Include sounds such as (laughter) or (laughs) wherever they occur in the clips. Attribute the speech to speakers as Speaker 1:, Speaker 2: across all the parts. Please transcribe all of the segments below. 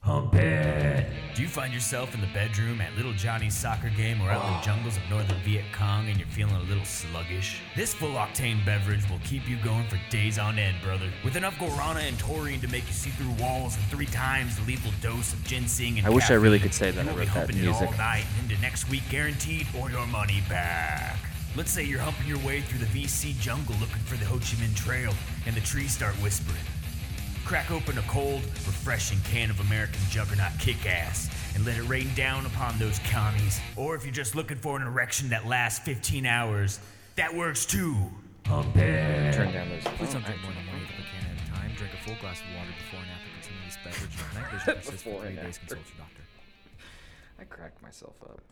Speaker 1: Hump it.
Speaker 2: Do you find yourself in the bedroom at Little Johnny's soccer game or out
Speaker 3: (sighs)
Speaker 2: in the jungles of northern Viet Cong and you're feeling a little sluggish? This full octane beverage will keep you going for days on end, brother. With enough guarana and taurine to make you see through walls and three times the lethal dose of ginseng and
Speaker 3: I wish I really
Speaker 2: caffeine,
Speaker 3: could say that
Speaker 2: you
Speaker 3: I
Speaker 2: will be
Speaker 3: wrote that
Speaker 2: humping it
Speaker 3: music.
Speaker 2: all night and into next week guaranteed or your money back. Let's say you're humping your way through the VC jungle looking for the Ho Chi Minh Trail and the trees start whispering. Crack open a cold, refreshing can of American Juggernaut kick ass and let it rain down upon those commies. Or if you're just looking for an erection that lasts 15 hours, that works too.
Speaker 1: Hump it.
Speaker 3: Turn down those.
Speaker 4: Please don't drink more than one eighth of a can at a time. Drink a full glass of water before and after consuming this beverage. If night (laughs) vision persists for
Speaker 3: Before
Speaker 4: three
Speaker 3: and
Speaker 4: days,
Speaker 3: after.
Speaker 4: consult your doctor.
Speaker 3: I cracked myself up.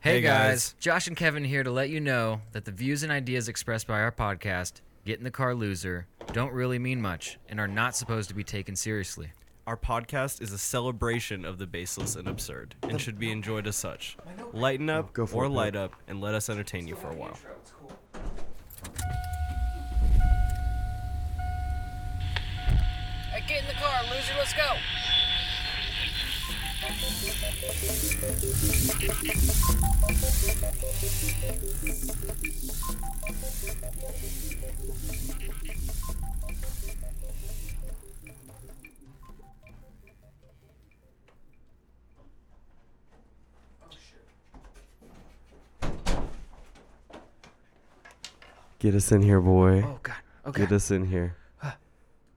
Speaker 4: Hey,
Speaker 5: Hey,
Speaker 4: guys,
Speaker 5: guys.
Speaker 4: Josh and Kevin here to let you know that the views and ideas expressed by our podcast, Get in the Car Loser, don't really mean much and are not supposed to be taken seriously.
Speaker 5: Our podcast is a celebration of the baseless and absurd and should be enjoyed as such. Lighten up or light up and let us entertain you for a while.
Speaker 6: Hey, get in the car, loser. Let's go.
Speaker 7: Get us in here, boy.
Speaker 3: Oh God. Okay.
Speaker 7: Get us in here.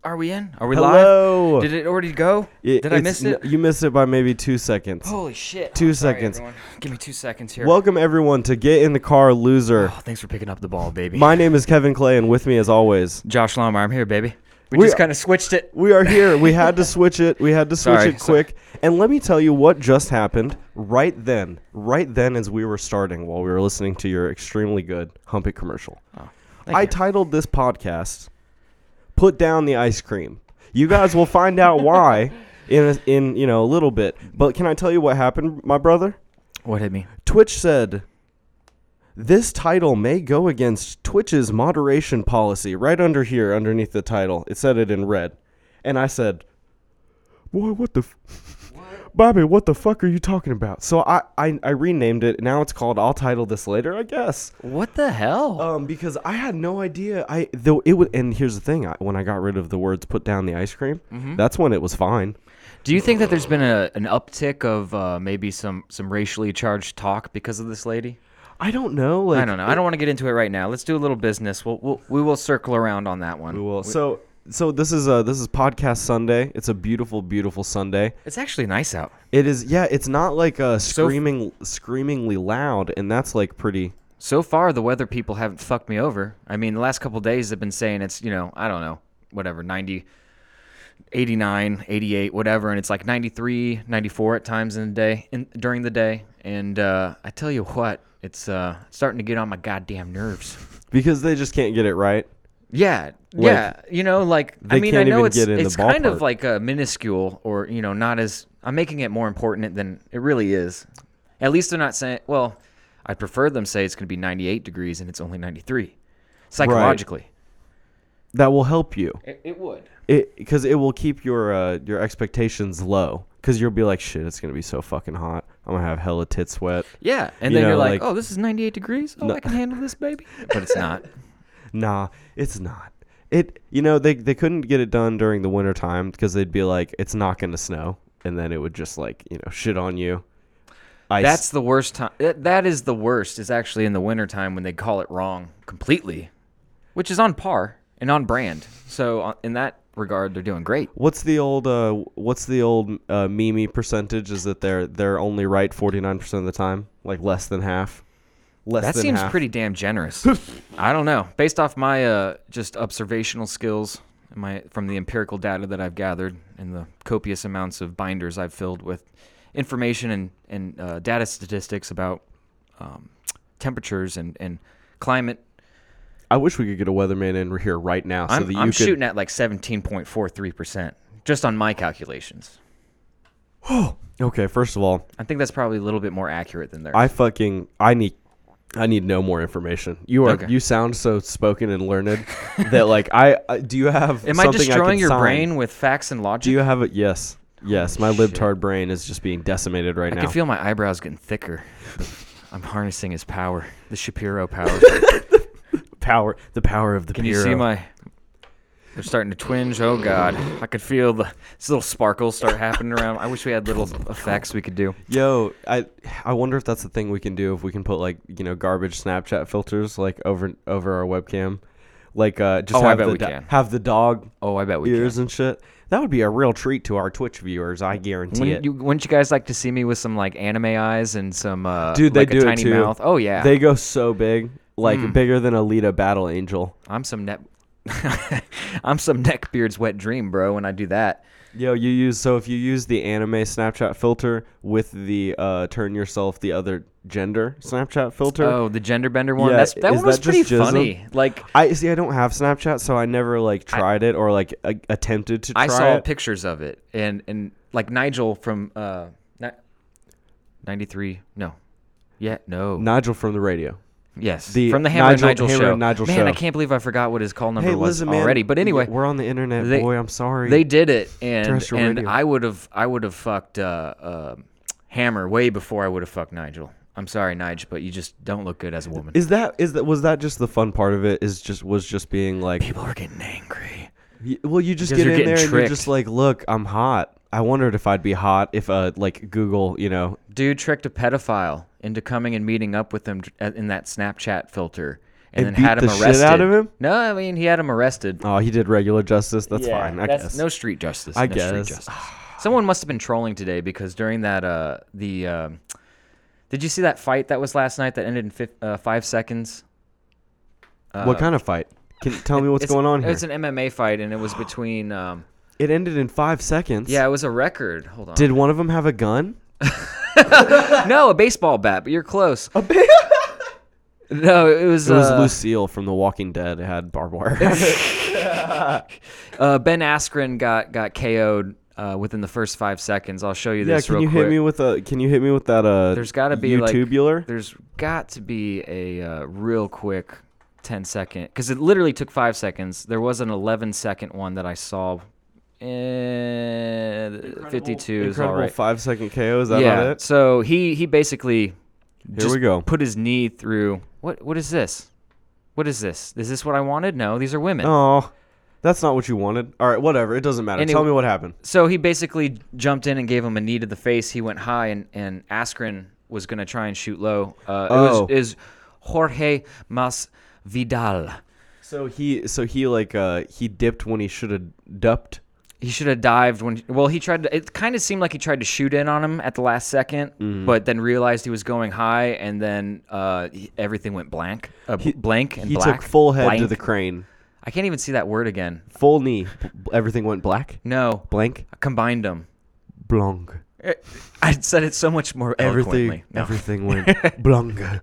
Speaker 3: Are we in? Are we
Speaker 7: Hello.
Speaker 3: live? Did it already go? Did I
Speaker 7: it's
Speaker 3: miss
Speaker 7: n-
Speaker 3: it? Oh,
Speaker 7: you missed it by maybe two seconds.
Speaker 3: Holy shit.
Speaker 7: Two
Speaker 3: Sorry,
Speaker 7: seconds.
Speaker 3: everyone. Give me two seconds here.
Speaker 7: Welcome everyone to Get in the Car, Loser.
Speaker 3: Oh, thanks for picking up the ball, baby.
Speaker 7: My name is Kevin Clay, and with me, as always,
Speaker 3: Josh Lomar, I'm here, baby. We,
Speaker 7: We-
Speaker 3: just kind of switched it.
Speaker 7: we are here. We had to switch it. We had to switch
Speaker 3: Sorry,
Speaker 7: it quick. And let me tell you what just happened right then, right then, as we were starting, while we were listening to your extremely good Hump It commercial.
Speaker 3: Oh, Thank
Speaker 7: I
Speaker 3: you.
Speaker 7: titled this podcast "Put Down the Ice Cream." You guys will find
Speaker 3: (laughs)
Speaker 7: out why in a, in you know a little bit. But can I tell you what happened, my brother?
Speaker 3: What hit me?
Speaker 7: Twitch said this title may go against Twitch's moderation policy. Right under here, underneath the title, it said it in red, and I said, "Boy, what the." F- Bobby, what the fuck are you talking about? So I, I I renamed it. Now it's called I'll title this later, I guess.
Speaker 3: What the hell?
Speaker 7: Um, because I had no idea. I though it would, and here's the thing: I, when I got rid of the words "put down the ice cream," that's when it was fine.
Speaker 4: Do you think that there's been a, an uptick of uh, maybe some, some racially charged talk because of this lady?
Speaker 7: I don't know. Like
Speaker 3: I don't know. I don't want to get into it right now. Let's do a little business. We'll, we'll we will circle around on that one.
Speaker 7: We will. So so this is uh this is podcast Sunday. It's a beautiful, beautiful Sunday.
Speaker 3: It's actually nice out.
Speaker 7: It is. Yeah, it's not like uh
Speaker 3: So f-
Speaker 7: screaming screamingly loud, and that's like pretty.
Speaker 3: So far, the weather people haven't fucked me over. I mean, the last couple days have been saying it's, you know, I don't know, whatever, 90, 89, 88, whatever. And it's like 93, 94 at times in the day, in, during the day. And uh, I tell you what, it's uh, starting to get on my goddamn nerves.
Speaker 7: Because they just can't get it right.
Speaker 3: Yeah,
Speaker 7: Like,
Speaker 3: yeah. You know, like I
Speaker 7: they
Speaker 3: mean,
Speaker 7: can't
Speaker 3: I know
Speaker 7: even
Speaker 3: it's
Speaker 7: get in the
Speaker 3: it's kind of
Speaker 7: ballpark.
Speaker 3: like a minuscule, or you know, not as I'm making it more important than it really is. At least they're not saying. Well, I prefer them say it's going to be 98 degrees and it's only 93. Psychologically,
Speaker 7: That will help you.
Speaker 3: it, it would.
Speaker 7: It because it will keep your uh your expectations low. Because you'll be like, shit, it's gonna be so fucking hot. I'm gonna have hella tit sweat.
Speaker 3: Yeah, and
Speaker 7: You
Speaker 3: then you're
Speaker 7: know,
Speaker 3: like,
Speaker 7: like-
Speaker 3: oh, this is 98 degrees. Oh, I can handle this, baby.
Speaker 7: (laughs)
Speaker 3: But it's not.
Speaker 7: Nah, it's not. It you know they they couldn't get it done during the winter time because they'd be like it's not going to snow and then it would just like you know shit on you.
Speaker 3: (laughs)
Speaker 7: Ice.
Speaker 3: That's the worst time. That, that is the worst. Is actually in the wintertime when they call it wrong completely, which is on par and on brand. So uh, in that regard, they're doing great.
Speaker 7: what's the old uh what's the old uh, Mimi percentage is that they're they're only right 49% of the time, like less than half. Less
Speaker 3: That
Speaker 7: than
Speaker 3: seems
Speaker 7: half.
Speaker 3: pretty damn generous. (laughs) I don't know. Based off my uh, just observational skills, and my from the empirical data that I've gathered, and the copious amounts of binders I've filled with information and and uh, data statistics about um, temperatures and and climate.
Speaker 7: I wish we could get a weatherman in here right now so
Speaker 3: I'm,
Speaker 7: that you
Speaker 3: I'm
Speaker 7: could
Speaker 3: shooting at like seventeen point four three percent just on my calculations.
Speaker 7: Okay, first of all,
Speaker 3: I think that's probably a little bit more accurate than theirs.
Speaker 7: I fucking I need I need no more information. You are
Speaker 3: Okay.
Speaker 7: you sound so spoken and learned
Speaker 3: (laughs)
Speaker 7: that like I, I do you have
Speaker 3: Am I
Speaker 7: something
Speaker 3: destroying
Speaker 7: can
Speaker 3: your
Speaker 7: sign?
Speaker 3: brain with facts and logic?
Speaker 7: Do you have a yes? Yes, my libtard brain is just being decimated right
Speaker 3: I
Speaker 7: now.
Speaker 3: can feel my eyebrows getting (laughs) thicker. I'm harnessing his power, the Shapiro (laughs) power.
Speaker 7: power, the power of the
Speaker 3: Can you see my? They're starting to twinge. Oh God, I could feel the these little sparkles start happening around. I wish we had little effects we could do.
Speaker 7: Yo, I I wonder if that's the thing we can do if we can put like you know garbage Snapchat filters like over over our webcam, like uh just
Speaker 3: Oh, I
Speaker 7: have
Speaker 3: bet
Speaker 7: the
Speaker 3: we
Speaker 7: do-
Speaker 3: can.
Speaker 7: have the dog
Speaker 3: Oh, I bet we
Speaker 7: ears
Speaker 3: can.
Speaker 7: and shit. That would be a real treat to our Twitch viewers. I guarantee
Speaker 3: Wouldn't
Speaker 7: it.
Speaker 3: you, wouldn't you guys like to see me with some like anime eyes and some uh,
Speaker 7: Dude, they
Speaker 3: like
Speaker 7: do
Speaker 3: a
Speaker 7: it
Speaker 3: tiny
Speaker 7: too.
Speaker 3: mouth? Oh yeah, Hmm.
Speaker 7: They go so big, like bigger than Alita Battle Angel.
Speaker 3: I'm some neck. (laughs) I'm some neckbeard's wet dream, bro. When I do that,
Speaker 7: Yo, you use so if you use the anime Snapchat filter with the uh, turn yourself the other gender Snapchat filter.
Speaker 3: oh, the gender bender one.
Speaker 7: Yeah,
Speaker 3: That's, that
Speaker 7: is
Speaker 3: one was
Speaker 7: that
Speaker 3: pretty
Speaker 7: just jism?
Speaker 3: funny. Like
Speaker 7: I see. I don't have Snapchat, so I never like tried it or like a- attempted to try
Speaker 3: I saw
Speaker 7: it.
Speaker 3: pictures of it, and and like Nigel from uh, ninety three. No, yeah, no,
Speaker 7: Nigel from the radio.
Speaker 3: yes,
Speaker 7: the
Speaker 3: from the Hammer and
Speaker 7: Nigel-
Speaker 3: Nigel,
Speaker 7: Hammer
Speaker 3: show.
Speaker 7: and Nigel
Speaker 3: man,
Speaker 7: show.
Speaker 3: I can't believe I forgot what his call number
Speaker 7: Hey,
Speaker 3: was
Speaker 7: listen, man.
Speaker 3: already. But anyway,
Speaker 7: we're on the internet,
Speaker 3: they-
Speaker 7: boy. I'm sorry.
Speaker 3: they did it, and
Speaker 7: Terrestrial
Speaker 3: and
Speaker 7: radio.
Speaker 3: I would have I would have fucked uh, uh, Hammer way before I would have fucked Nigel. I'm sorry, Nigel, but you just don't look good as a woman.
Speaker 7: Is that is that was that just the fun part of it? Is just was just being like,
Speaker 3: People are getting angry.
Speaker 7: y- well, you just
Speaker 3: Because
Speaker 7: get
Speaker 3: you're
Speaker 7: in there
Speaker 3: getting
Speaker 7: and you're
Speaker 3: tricked.
Speaker 7: just like, look, I'm hot. I wondered if I'd be hot if uh like Google, you know,
Speaker 3: Dude tricked a pedophile into coming and meeting up with him dr- in that Snapchat filter, and,
Speaker 7: And
Speaker 3: then had
Speaker 7: beat
Speaker 3: him
Speaker 7: the
Speaker 3: arrested.
Speaker 7: shit out of him?
Speaker 3: No, I mean he had him arrested.
Speaker 7: oh, he did regular justice. That's
Speaker 3: Yeah,
Speaker 7: fine. I
Speaker 3: that's-
Speaker 7: guess.
Speaker 3: No street justice.
Speaker 7: I
Speaker 3: no Street
Speaker 7: guess.
Speaker 3: justice. Someone must have been trolling today because during that uh the um, did you see that fight that was last night that ended in fif- uh, five seconds?
Speaker 7: what kind of fight? Can tell
Speaker 3: (laughs)
Speaker 7: me
Speaker 3: Uh,
Speaker 7: what's
Speaker 3: It's-
Speaker 7: going on here?
Speaker 3: It's an MMA fight, and it was between.
Speaker 7: (gasps)
Speaker 3: Um,
Speaker 7: it ended in five seconds.
Speaker 3: yeah, it was a record. Hold on.
Speaker 7: Did one of them have a gun?
Speaker 3: no, a baseball bat, but you're close.
Speaker 7: (laughs)
Speaker 3: A ba- No, it was,
Speaker 7: It was
Speaker 3: uh,
Speaker 7: Lucille from The Walking Dead. It had barbed (laughs) wire.
Speaker 3: uh, Ben Askren got got KO'd uh, within the first five seconds. I'll show you
Speaker 7: yeah.
Speaker 3: this
Speaker 7: Can
Speaker 3: real
Speaker 7: you
Speaker 3: quick.
Speaker 7: hit me with a? Can you hit me with that? Uh,
Speaker 3: There's got to be like
Speaker 7: tubular.
Speaker 3: There's got to be a uh, real quick 10 second because it literally took five seconds. There was an 11 second one that I saw. Eh, 52 is all
Speaker 7: Incredible
Speaker 3: right.
Speaker 7: five second KO. Is that
Speaker 3: yeah.
Speaker 7: not it?
Speaker 3: So he he basically just
Speaker 7: we go.
Speaker 3: put his knee through. What what is this? What is this? Is this what I wanted? No, these are women.
Speaker 7: Oh, that's not what you wanted. All right, whatever. It doesn't matter.
Speaker 3: Any-
Speaker 7: Tell me what happened.
Speaker 3: So he basically jumped in and gave him a knee to the face. He went high, and, and Askren was going to try and shoot low. Uh,
Speaker 7: Oh.
Speaker 3: It was is Jorge Mas Vidal.
Speaker 7: So he, so he like, uh, he dipped when he should have dupped.
Speaker 3: He should have dived when. Well, he tried to. It kind of seemed like he tried to shoot in on him at the last 2nd
Speaker 7: Mm-hmm.
Speaker 3: but then realized he was going high, and then uh, he- everything went blank. Uh,
Speaker 7: He-
Speaker 3: blank and
Speaker 7: he
Speaker 3: black.
Speaker 7: took full head to
Speaker 3: Blank.
Speaker 7: the crane,
Speaker 3: I can't even see that word again.
Speaker 7: full knee. B- Everything went black,
Speaker 3: No,
Speaker 7: blank,
Speaker 3: I combined them.
Speaker 7: blanc.
Speaker 3: (laughs) I said it so much more eloquently.
Speaker 7: Eh. Everything,
Speaker 3: No. (laughs)
Speaker 7: everything went blanc.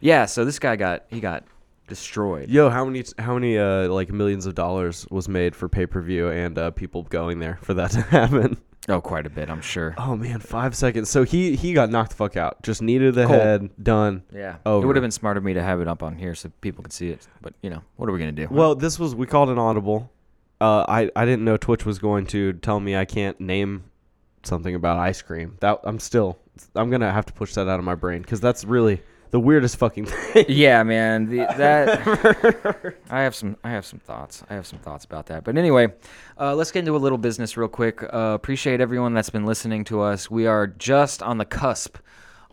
Speaker 3: Yeah. So this guy got he got destroyed.
Speaker 7: Yo, how many, how many, uh, like millions of dollars was made for pay per view and uh, people going there for that (laughs) to happen?
Speaker 3: Oh, quite a bit, I'm sure.
Speaker 7: Oh man, five seconds. So he he got knocked the fuck out. Just needed the
Speaker 3: Cold.
Speaker 7: head. Done.
Speaker 3: Yeah.
Speaker 7: Over.
Speaker 3: It would have been smart of me to have it up on here so people could see it. But you know, what are we gonna do?
Speaker 7: Well, this was we called an audible. Uh, I I didn't know Twitch was going to tell me I can't name something about ice cream. That I'm still I'm gonna have to push that out of my brain because that's really the weirdest fucking (laughs) thing.
Speaker 3: yeah, man. (laughs) The, that I have some I have some thoughts. I have some thoughts about that. But anyway, uh, let's get into a little business real quick. Uh, appreciate everyone that's been listening to us. We are just on the cusp.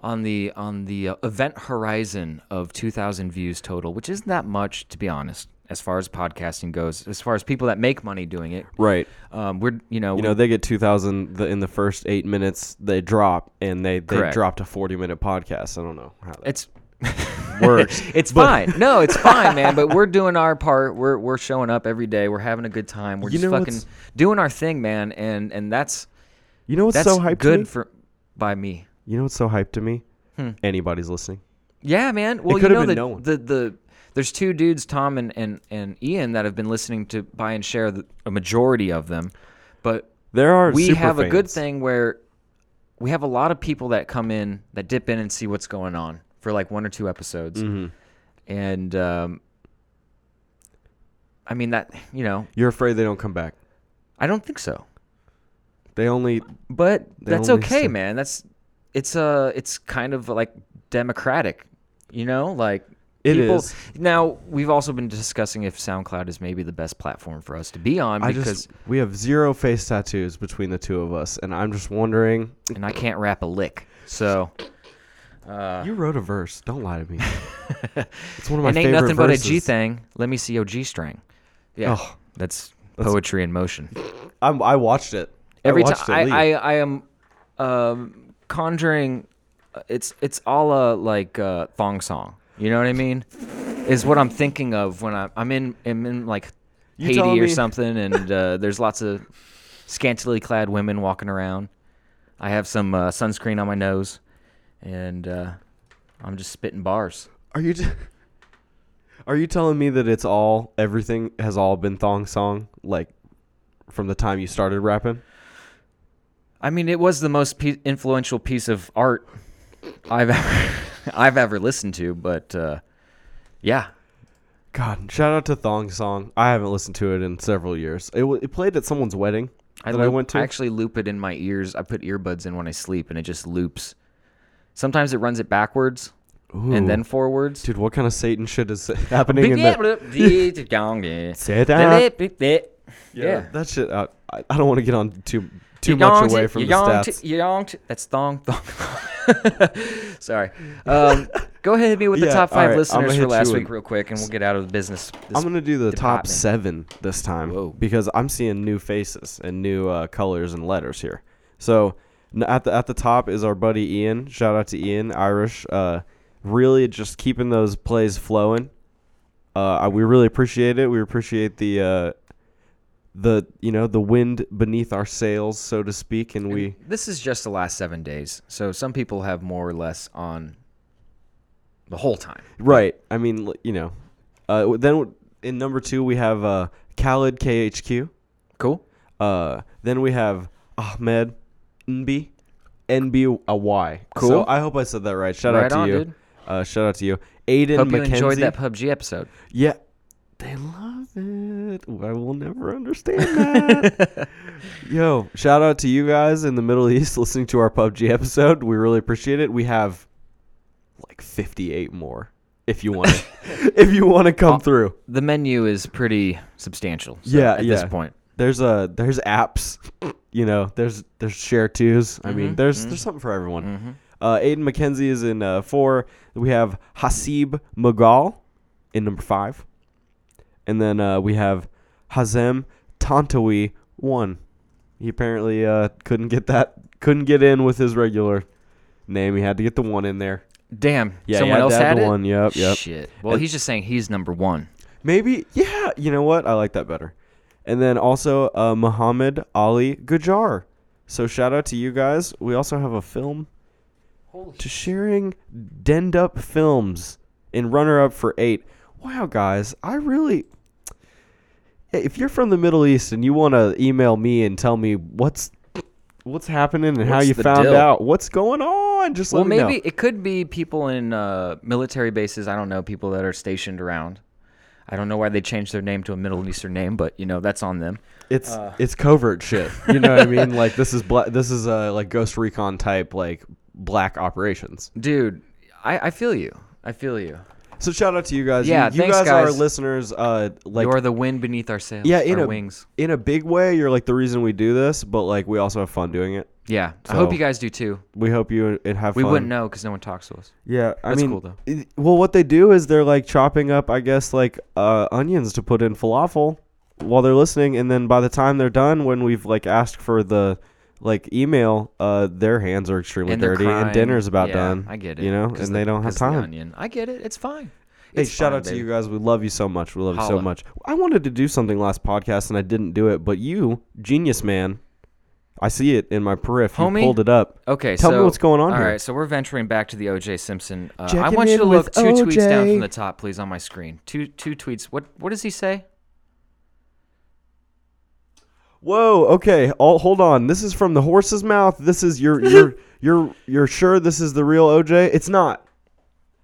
Speaker 3: On the on the uh, event horizon of 2,000 views total, which isn't that much to be honest, as far as podcasting goes. As far as people that make money doing it,
Speaker 7: right.
Speaker 3: um, we're you know
Speaker 7: You
Speaker 3: we-
Speaker 7: know they get two thousand the, in the first eight minutes. They drop and they they
Speaker 3: Correct.
Speaker 7: dropped a forty minute podcast. I don't know how that
Speaker 3: it's (laughs)
Speaker 7: works.
Speaker 3: It's fine. No, it's fine, man. But we're doing our part. We're we're showing up every day. We're having a good time. We're
Speaker 7: You
Speaker 3: just
Speaker 7: know
Speaker 3: fucking
Speaker 7: what's-
Speaker 3: doing our thing, man. And and that's
Speaker 7: You know what's
Speaker 3: that's
Speaker 7: so hyped
Speaker 3: good Hmm.
Speaker 7: to me?
Speaker 3: for by me.
Speaker 7: you know what's so hyped to me? Anybody's listening.
Speaker 3: Yeah, man. Well, you
Speaker 7: could've
Speaker 3: know
Speaker 7: been
Speaker 3: the,
Speaker 7: no one.
Speaker 3: the the there's two dudes, Tom and, and and Ian, that have been listening to buy and share the, a majority of them. But
Speaker 7: There are
Speaker 3: we
Speaker 7: super
Speaker 3: have a good
Speaker 7: fans.
Speaker 3: thing where we have a lot of people that come in that dip in and see what's going on for like one or two episodes,
Speaker 7: Mm-hmm.
Speaker 3: and um, I mean that you know
Speaker 7: You're afraid they don't come back.
Speaker 3: I don't think so,
Speaker 7: They only
Speaker 3: but
Speaker 7: They
Speaker 3: that's
Speaker 7: only
Speaker 3: okay,
Speaker 7: say-
Speaker 3: man. That's it's uh it's kind of like democratic, you know, like.
Speaker 7: It
Speaker 3: people,
Speaker 7: is.
Speaker 3: Now we've also been discussing if SoundCloud is maybe the best platform for us to be on
Speaker 7: I
Speaker 3: because
Speaker 7: just we have zero face tattoos between the two of us, and I'm just wondering.
Speaker 3: and I can't rap a lick. So
Speaker 7: you wrote a verse. Don't lie
Speaker 3: (laughs)
Speaker 7: to me. it's one of
Speaker 3: Ah.
Speaker 7: my
Speaker 3: it ain't
Speaker 7: favorite
Speaker 3: nothing but a G
Speaker 7: verses.
Speaker 3: thing. Let me see your G string. Yeah,
Speaker 7: Oh.
Speaker 3: that's poetry in motion.
Speaker 7: I'm, I watched it.
Speaker 3: Every
Speaker 7: I watched it
Speaker 3: time
Speaker 7: leave.
Speaker 3: I, I, I am um, conjuring, uh, it's it's all a like uh, thong song. You know what I mean? Is what I'm thinking of when I'm I'm in I'm in like
Speaker 7: You
Speaker 3: Haiti
Speaker 7: tell
Speaker 3: or
Speaker 7: me.
Speaker 3: something,
Speaker 7: (laughs)
Speaker 3: and uh, there's lots of scantily clad women walking around. I have some uh, sunscreen on my nose, and uh, I'm just spitting bars.
Speaker 7: Are you? T- are you telling me that it's all everything has all been thong song like from the time you started rapping?
Speaker 3: I mean, it was the most pe- influential piece of art I've (laughs) ever, I've ever listened to. But uh, yeah,
Speaker 7: God, shout out to thong song. I haven't listened to it in several years. It, w- it played at someone's wedding that I
Speaker 3: loop-
Speaker 7: went to.
Speaker 3: actually loop it in my ears. I put earbuds in when I sleep, and it just loops. Sometimes it runs it backwards and then forwards.
Speaker 7: Dude, what kind of Satan shit is (laughs) happening in that?
Speaker 3: Yeah, yeah.
Speaker 7: that shit. Uh, I, I don't want to get on too too much away from the stats.
Speaker 3: stats. That's thong thong. (laughs) Sorry. Um, go ahead and hit me with the
Speaker 7: (laughs) Yeah,
Speaker 3: top
Speaker 7: all right,
Speaker 3: five
Speaker 7: I'm gonna
Speaker 3: listeners for
Speaker 7: hit
Speaker 3: last
Speaker 7: you
Speaker 3: week,
Speaker 7: with-
Speaker 3: real quick, and we'll get out of the business.
Speaker 7: I'm gonna do the top
Speaker 3: department.
Speaker 7: seven this time
Speaker 3: Whoa.
Speaker 7: because I'm seeing new faces and new uh, colors and letters here. So n- at the at the top is our buddy Ian. Shout out to Ian Irish. Uh, really just keeping those plays flowing. Uh, I- we really appreciate it. We appreciate the uh, the you know the wind beneath our sails, so to speak, and we.
Speaker 3: This is just the last seven days, so some people have more or less on the whole time.
Speaker 7: Right. I mean, l- you know. Uh, w- then w- in number two we have uh, Khalid KHQ.
Speaker 3: Cool.
Speaker 7: Uh, then we have Ahmed Nb Nb a Y.
Speaker 3: Cool.
Speaker 7: So I hope I said that right. Shout
Speaker 3: Right
Speaker 7: out to
Speaker 3: on,
Speaker 7: you.
Speaker 3: dude.
Speaker 7: Uh, shout out to you, Aiden
Speaker 3: Hope you
Speaker 7: McKenzie.
Speaker 3: enjoyed that PUBG episode.
Speaker 7: yeah, they love it. I will never understand that.
Speaker 3: (laughs)
Speaker 7: Yo, shout out to you guys in the Middle East (laughs) listening to our PUBG episode. We really appreciate it. We have like 58 more. If
Speaker 3: (laughs)
Speaker 7: you want, to, (laughs) if you want to come through.
Speaker 3: The menu is pretty substantial. so
Speaker 7: yeah,
Speaker 3: at
Speaker 7: yeah.
Speaker 3: this point,
Speaker 7: There's a there's apps, you know. There's there's share twos. I mean, there's there's something for everyone. Uh, Aiden McKenzie is in uh, four. We have Hasib Magal in number five, and then uh, we have Hazem Tantawi one. He apparently uh, couldn't get that couldn't get in with his regular name. He had to get the one in there.
Speaker 3: damn.
Speaker 7: Yeah,
Speaker 3: someone
Speaker 7: yeah,
Speaker 3: else
Speaker 7: dad
Speaker 3: had
Speaker 7: the
Speaker 3: it.
Speaker 7: one, yep, yep.
Speaker 3: Shit. Well, he's just saying he's number one.
Speaker 7: Maybe, yeah. You know what? I like that better. And then also uh, Muhammad Ali Gujar. So shout out to you guys. We also have a film to sharing Dend Up Films in runner up for eight. Wow, guys, I really. If you're from the Middle East and you want to email me and tell me what's what's happening and how
Speaker 3: What's
Speaker 7: you
Speaker 3: the
Speaker 7: found
Speaker 3: deal?
Speaker 7: out, what's going on, just
Speaker 3: Well,
Speaker 7: let me know.
Speaker 3: maybe it could be people in uh, military bases. I don't know people that are stationed around. I don't know why they changed their name to a Middle Eastern name, but you know that's on them.
Speaker 7: it's
Speaker 3: Uh.
Speaker 7: it's covert shit. You know what I mean? Like this is bla- this is uh, like Ghost Recon type like black operations.
Speaker 3: Dude, I, I feel you. I feel you.
Speaker 7: So shout out to you guys. You-
Speaker 3: Yeah,
Speaker 7: you,
Speaker 3: thanks,
Speaker 7: guys, are
Speaker 3: guys.
Speaker 7: listeners. Uh, like
Speaker 3: you are the wind beneath our sails.
Speaker 7: yeah, in
Speaker 3: our
Speaker 7: a
Speaker 3: wings.
Speaker 7: in a big way, you're like the reason we do this. But like we also have fun doing it.
Speaker 3: Yeah, I hope
Speaker 7: So-
Speaker 3: you guys do too.
Speaker 7: We hope you and have
Speaker 3: We
Speaker 7: fun.
Speaker 3: wouldn't know because no one talks to us.
Speaker 7: Yeah, I
Speaker 3: That's
Speaker 7: mean,
Speaker 3: cool, though.
Speaker 7: it- well, what they do is they're like chopping up, I guess, like uh, onions to put in falafel while they're listening, and then by the time they're done, when we've like asked for the like email, uh, their hands are extremely
Speaker 3: And they're
Speaker 7: dirty,
Speaker 3: crying.
Speaker 7: and dinner's about
Speaker 3: Yeah,
Speaker 7: done.
Speaker 3: I get it.
Speaker 7: you know,
Speaker 3: 'cause
Speaker 7: and
Speaker 3: the-
Speaker 7: they don't have
Speaker 3: 'cause of the
Speaker 7: time.
Speaker 3: onion. I get it. It's fine.
Speaker 7: Hey,
Speaker 3: It's
Speaker 7: shout
Speaker 3: fine,
Speaker 7: out to
Speaker 3: baby.
Speaker 7: you guys. We love you so much. We love you so
Speaker 3: Holla.
Speaker 7: much. I wanted to do something last podcast and I didn't do it, but you, genius man, I see it in my periph.
Speaker 3: Homie?
Speaker 7: You pulled it up.
Speaker 3: Okay,
Speaker 7: tell
Speaker 3: so,
Speaker 7: me what's going on
Speaker 3: All
Speaker 7: here.
Speaker 3: right, so we're venturing back to the OJ Simpson. Uh, I
Speaker 7: Checking
Speaker 3: want you to
Speaker 7: in
Speaker 3: look
Speaker 7: with
Speaker 3: two tweets down
Speaker 7: OJ.
Speaker 3: from the top, please, on my screen. Two two tweets. What what does he say?
Speaker 7: Whoa. Okay. All, hold on. This is from the horse's mouth. This is your you're you're you're sure this is the real OJ? It's not.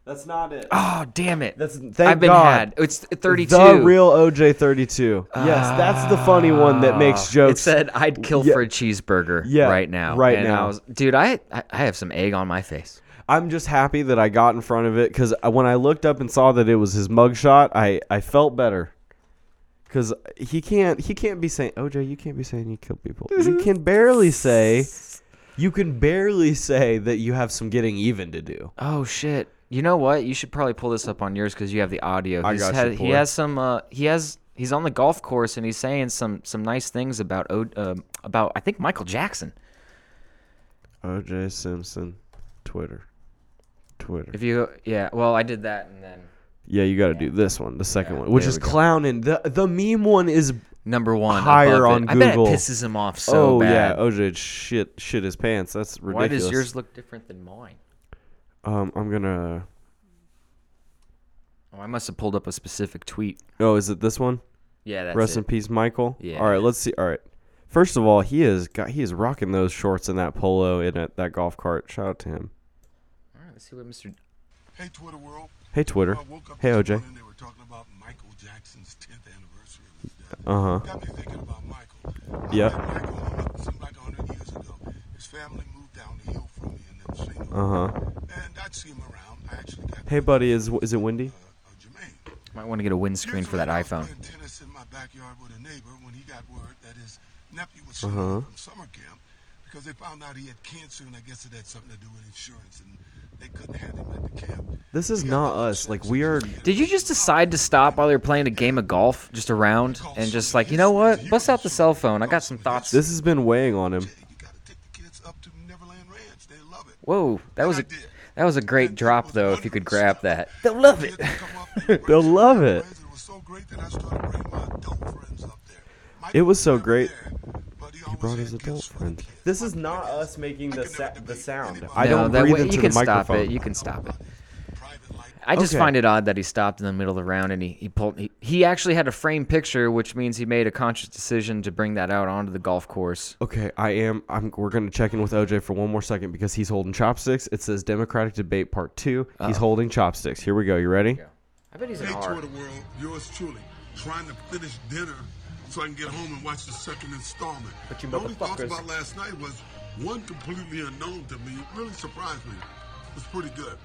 Speaker 7: That's not it.
Speaker 3: Oh, damn it.
Speaker 7: That's thank
Speaker 3: I've been
Speaker 7: God.
Speaker 3: had. It's 32.
Speaker 7: The real OJ 32. yes, that's the funny one that makes
Speaker 3: Ah,
Speaker 7: jokes.
Speaker 3: It said I'd kill
Speaker 7: Yeah.
Speaker 3: for a cheeseburger
Speaker 7: Yeah,
Speaker 3: right now.
Speaker 7: right
Speaker 3: and
Speaker 7: now.
Speaker 3: I was, dude, I, I I have some egg on my face.
Speaker 7: I'm just happy that I got in front of it because when I looked up and saw that it was his mugshot, I, I felt better. Because he can't he can't be saying OJ, you can't be saying you kill people. You can barely say, you can barely say that you have some getting even to do.
Speaker 3: Oh shit. You know what? You should probably pull this up on yours because you have the audio.
Speaker 7: I
Speaker 3: He's
Speaker 7: got you,
Speaker 3: had- He
Speaker 7: Port.
Speaker 3: has some. Uh, he has. He's on the golf course and he's saying some some nice things about O- um about I think Michael Jackson.
Speaker 7: OJ Simpson, Twitter, Twitter.
Speaker 3: If you yeah, well I did that and then
Speaker 7: yeah, you got to do this one, the second one, which
Speaker 3: there
Speaker 7: is
Speaker 3: we go.
Speaker 7: clowning. The the meme one is
Speaker 3: number one
Speaker 7: Higher
Speaker 3: above
Speaker 7: on
Speaker 3: it. I bet it
Speaker 7: Google.
Speaker 3: pisses him off so
Speaker 7: oh
Speaker 3: bad.
Speaker 7: yeah, OJ shit shit his pants. That's ridiculous.
Speaker 3: Why does yours look different than mine?
Speaker 7: Um, I'm gonna.
Speaker 3: Oh, I must have pulled up a specific tweet.
Speaker 7: Oh, is it this one?
Speaker 3: Yeah, that's
Speaker 7: Rest
Speaker 3: it.
Speaker 7: in peace, Michael.
Speaker 3: Yeah.
Speaker 7: All right, let's see. All right. First of all, he is got he is rocking those shorts and that polo in it, that golf cart. Shout out to him.
Speaker 3: All right, let's see what Mr.
Speaker 8: Hey, Twitter world.
Speaker 7: Hey Twitter.
Speaker 8: I woke up
Speaker 7: Hey
Speaker 8: this
Speaker 7: OJ.
Speaker 8: morning, they were talking about Michael Jackson's 10th anniversary. Of his death.
Speaker 7: Uh huh.
Speaker 8: Got me thinking about Michael. I
Speaker 7: Yeah.
Speaker 8: met Michael uh, seemed like 100 years ago. His family moved down the hill from me and never seen him.
Speaker 7: Uh huh.
Speaker 8: And I'd see him around. I actually got
Speaker 7: Hey buddy, is is it windy?
Speaker 8: uh, uh, Jermaine.
Speaker 3: Might want to get a windscreen
Speaker 8: Years
Speaker 3: for that
Speaker 8: later, I was
Speaker 3: iPhone.
Speaker 8: playing tennis in my backyard with a neighbor when he got word that his nephew was
Speaker 7: Uh-huh.
Speaker 8: sent home from summer camp because they found out he had cancer and I guess it had something to do with insurance and they couldn't have him at the camp.
Speaker 7: This is not us. Like we are.
Speaker 3: Did you
Speaker 8: Oh,
Speaker 3: just decide to stop while you were playing a game of golf, just around, and just like, you know what? Bust out the cell phone. I got some thoughts.
Speaker 7: This has been weighing on him.
Speaker 8: You got to take the kids up to Neverland Ranch. They love it.
Speaker 3: Whoa, that was a that was a great drop though. If you could grab that, they'll love it.
Speaker 7: (laughs) They'll love it.
Speaker 8: was so great that I started bringing my adult friends up there. Mike
Speaker 7: It was so
Speaker 8: never
Speaker 7: great.
Speaker 8: there, but He, always
Speaker 7: brought
Speaker 8: had
Speaker 7: his
Speaker 8: gifts
Speaker 7: adult
Speaker 8: for the
Speaker 7: friend.
Speaker 8: kids.
Speaker 7: This is not us making the sa- the sound. I
Speaker 3: No,
Speaker 7: don't
Speaker 3: that
Speaker 7: breathe
Speaker 3: way-
Speaker 7: into
Speaker 3: you can
Speaker 7: the
Speaker 3: stop
Speaker 7: microphone.
Speaker 3: it. You can stop it.
Speaker 8: Private life.
Speaker 3: I just
Speaker 7: Okay.
Speaker 3: find it odd that he stopped in the middle of the round and he, he pulled. He, he actually had a framed picture, which means he made a conscious decision to bring that out onto the golf course.
Speaker 7: Okay, I am. I'm. We're gonna check in with OJ for one more second because he's holding chopsticks. It says Democratic debate part 2
Speaker 3: Oh.
Speaker 7: He's holding chopsticks. Here we go. You ready?
Speaker 3: I bet he's an
Speaker 8: Hey, tour
Speaker 3: R.
Speaker 8: of the world, yours truly, trying to finish dinner so I can get home and watch the second installment. But you the only thoughts
Speaker 7: motherfuckers-
Speaker 8: about last night was one completely unknown to me. Really surprised me. It was pretty good.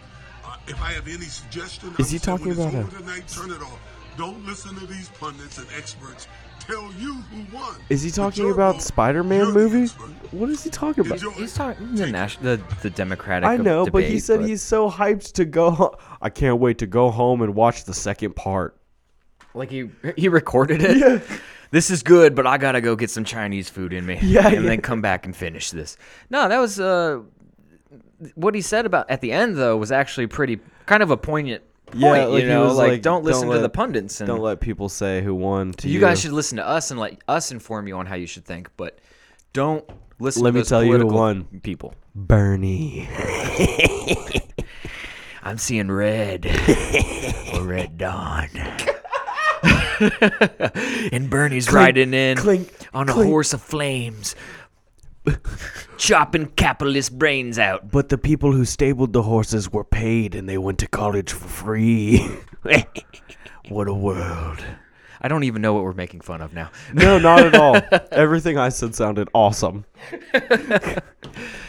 Speaker 8: Uh, if I have any suggestion, I
Speaker 7: Is he
Speaker 8: would say when
Speaker 7: talking
Speaker 8: it's
Speaker 7: about
Speaker 8: over
Speaker 7: a-
Speaker 8: tonight, turn it off. Don't listen to these pundits and experts tell you who won.
Speaker 7: Is he
Speaker 8: It's
Speaker 7: talking
Speaker 8: your
Speaker 7: about
Speaker 8: vote.
Speaker 7: Spider-Man
Speaker 8: You're the
Speaker 7: movie?
Speaker 8: expert.
Speaker 7: What is he talking about?
Speaker 8: Enjoy.
Speaker 3: He's talking the, nas- the the Democratic.
Speaker 7: I know, but he
Speaker 3: debate,
Speaker 7: said he's so hyped to go. ho- I can't wait to go home and watch the second part.
Speaker 3: Like he he recorded it. Yeah. This is good, but I gotta go get some Chinese food in me.
Speaker 7: Yeah,
Speaker 3: and
Speaker 7: yeah.
Speaker 3: then come back and finish this. No, that was uh, what he said about at the end though was actually pretty kind of a poignant point.
Speaker 7: Yeah, like
Speaker 3: you
Speaker 7: he
Speaker 3: know,
Speaker 7: was
Speaker 3: like,
Speaker 7: like,
Speaker 3: don't listen
Speaker 7: don't
Speaker 3: to the
Speaker 7: let-
Speaker 3: pundits. And
Speaker 7: Don't let people say who won. To
Speaker 3: you,
Speaker 7: you,
Speaker 3: guys should listen to us and let us inform you on how you should think, but don't listen.
Speaker 7: Let
Speaker 3: to
Speaker 7: me
Speaker 3: those
Speaker 7: tell you who
Speaker 3: political
Speaker 7: won.
Speaker 3: people.
Speaker 7: Bernie.
Speaker 3: I'm seeing
Speaker 7: (laughs)
Speaker 3: red or red dawn. and Bernie's riding in
Speaker 7: clink,
Speaker 3: on a
Speaker 7: clink.
Speaker 3: horse of flames, chopping capitalist brains out.
Speaker 7: But the people who stabled the horses were paid, and they went to college for free. (laughs)
Speaker 3: What a world. I don't even know what we're making fun of now.
Speaker 7: No, not at all. Everything I said sounded awesome.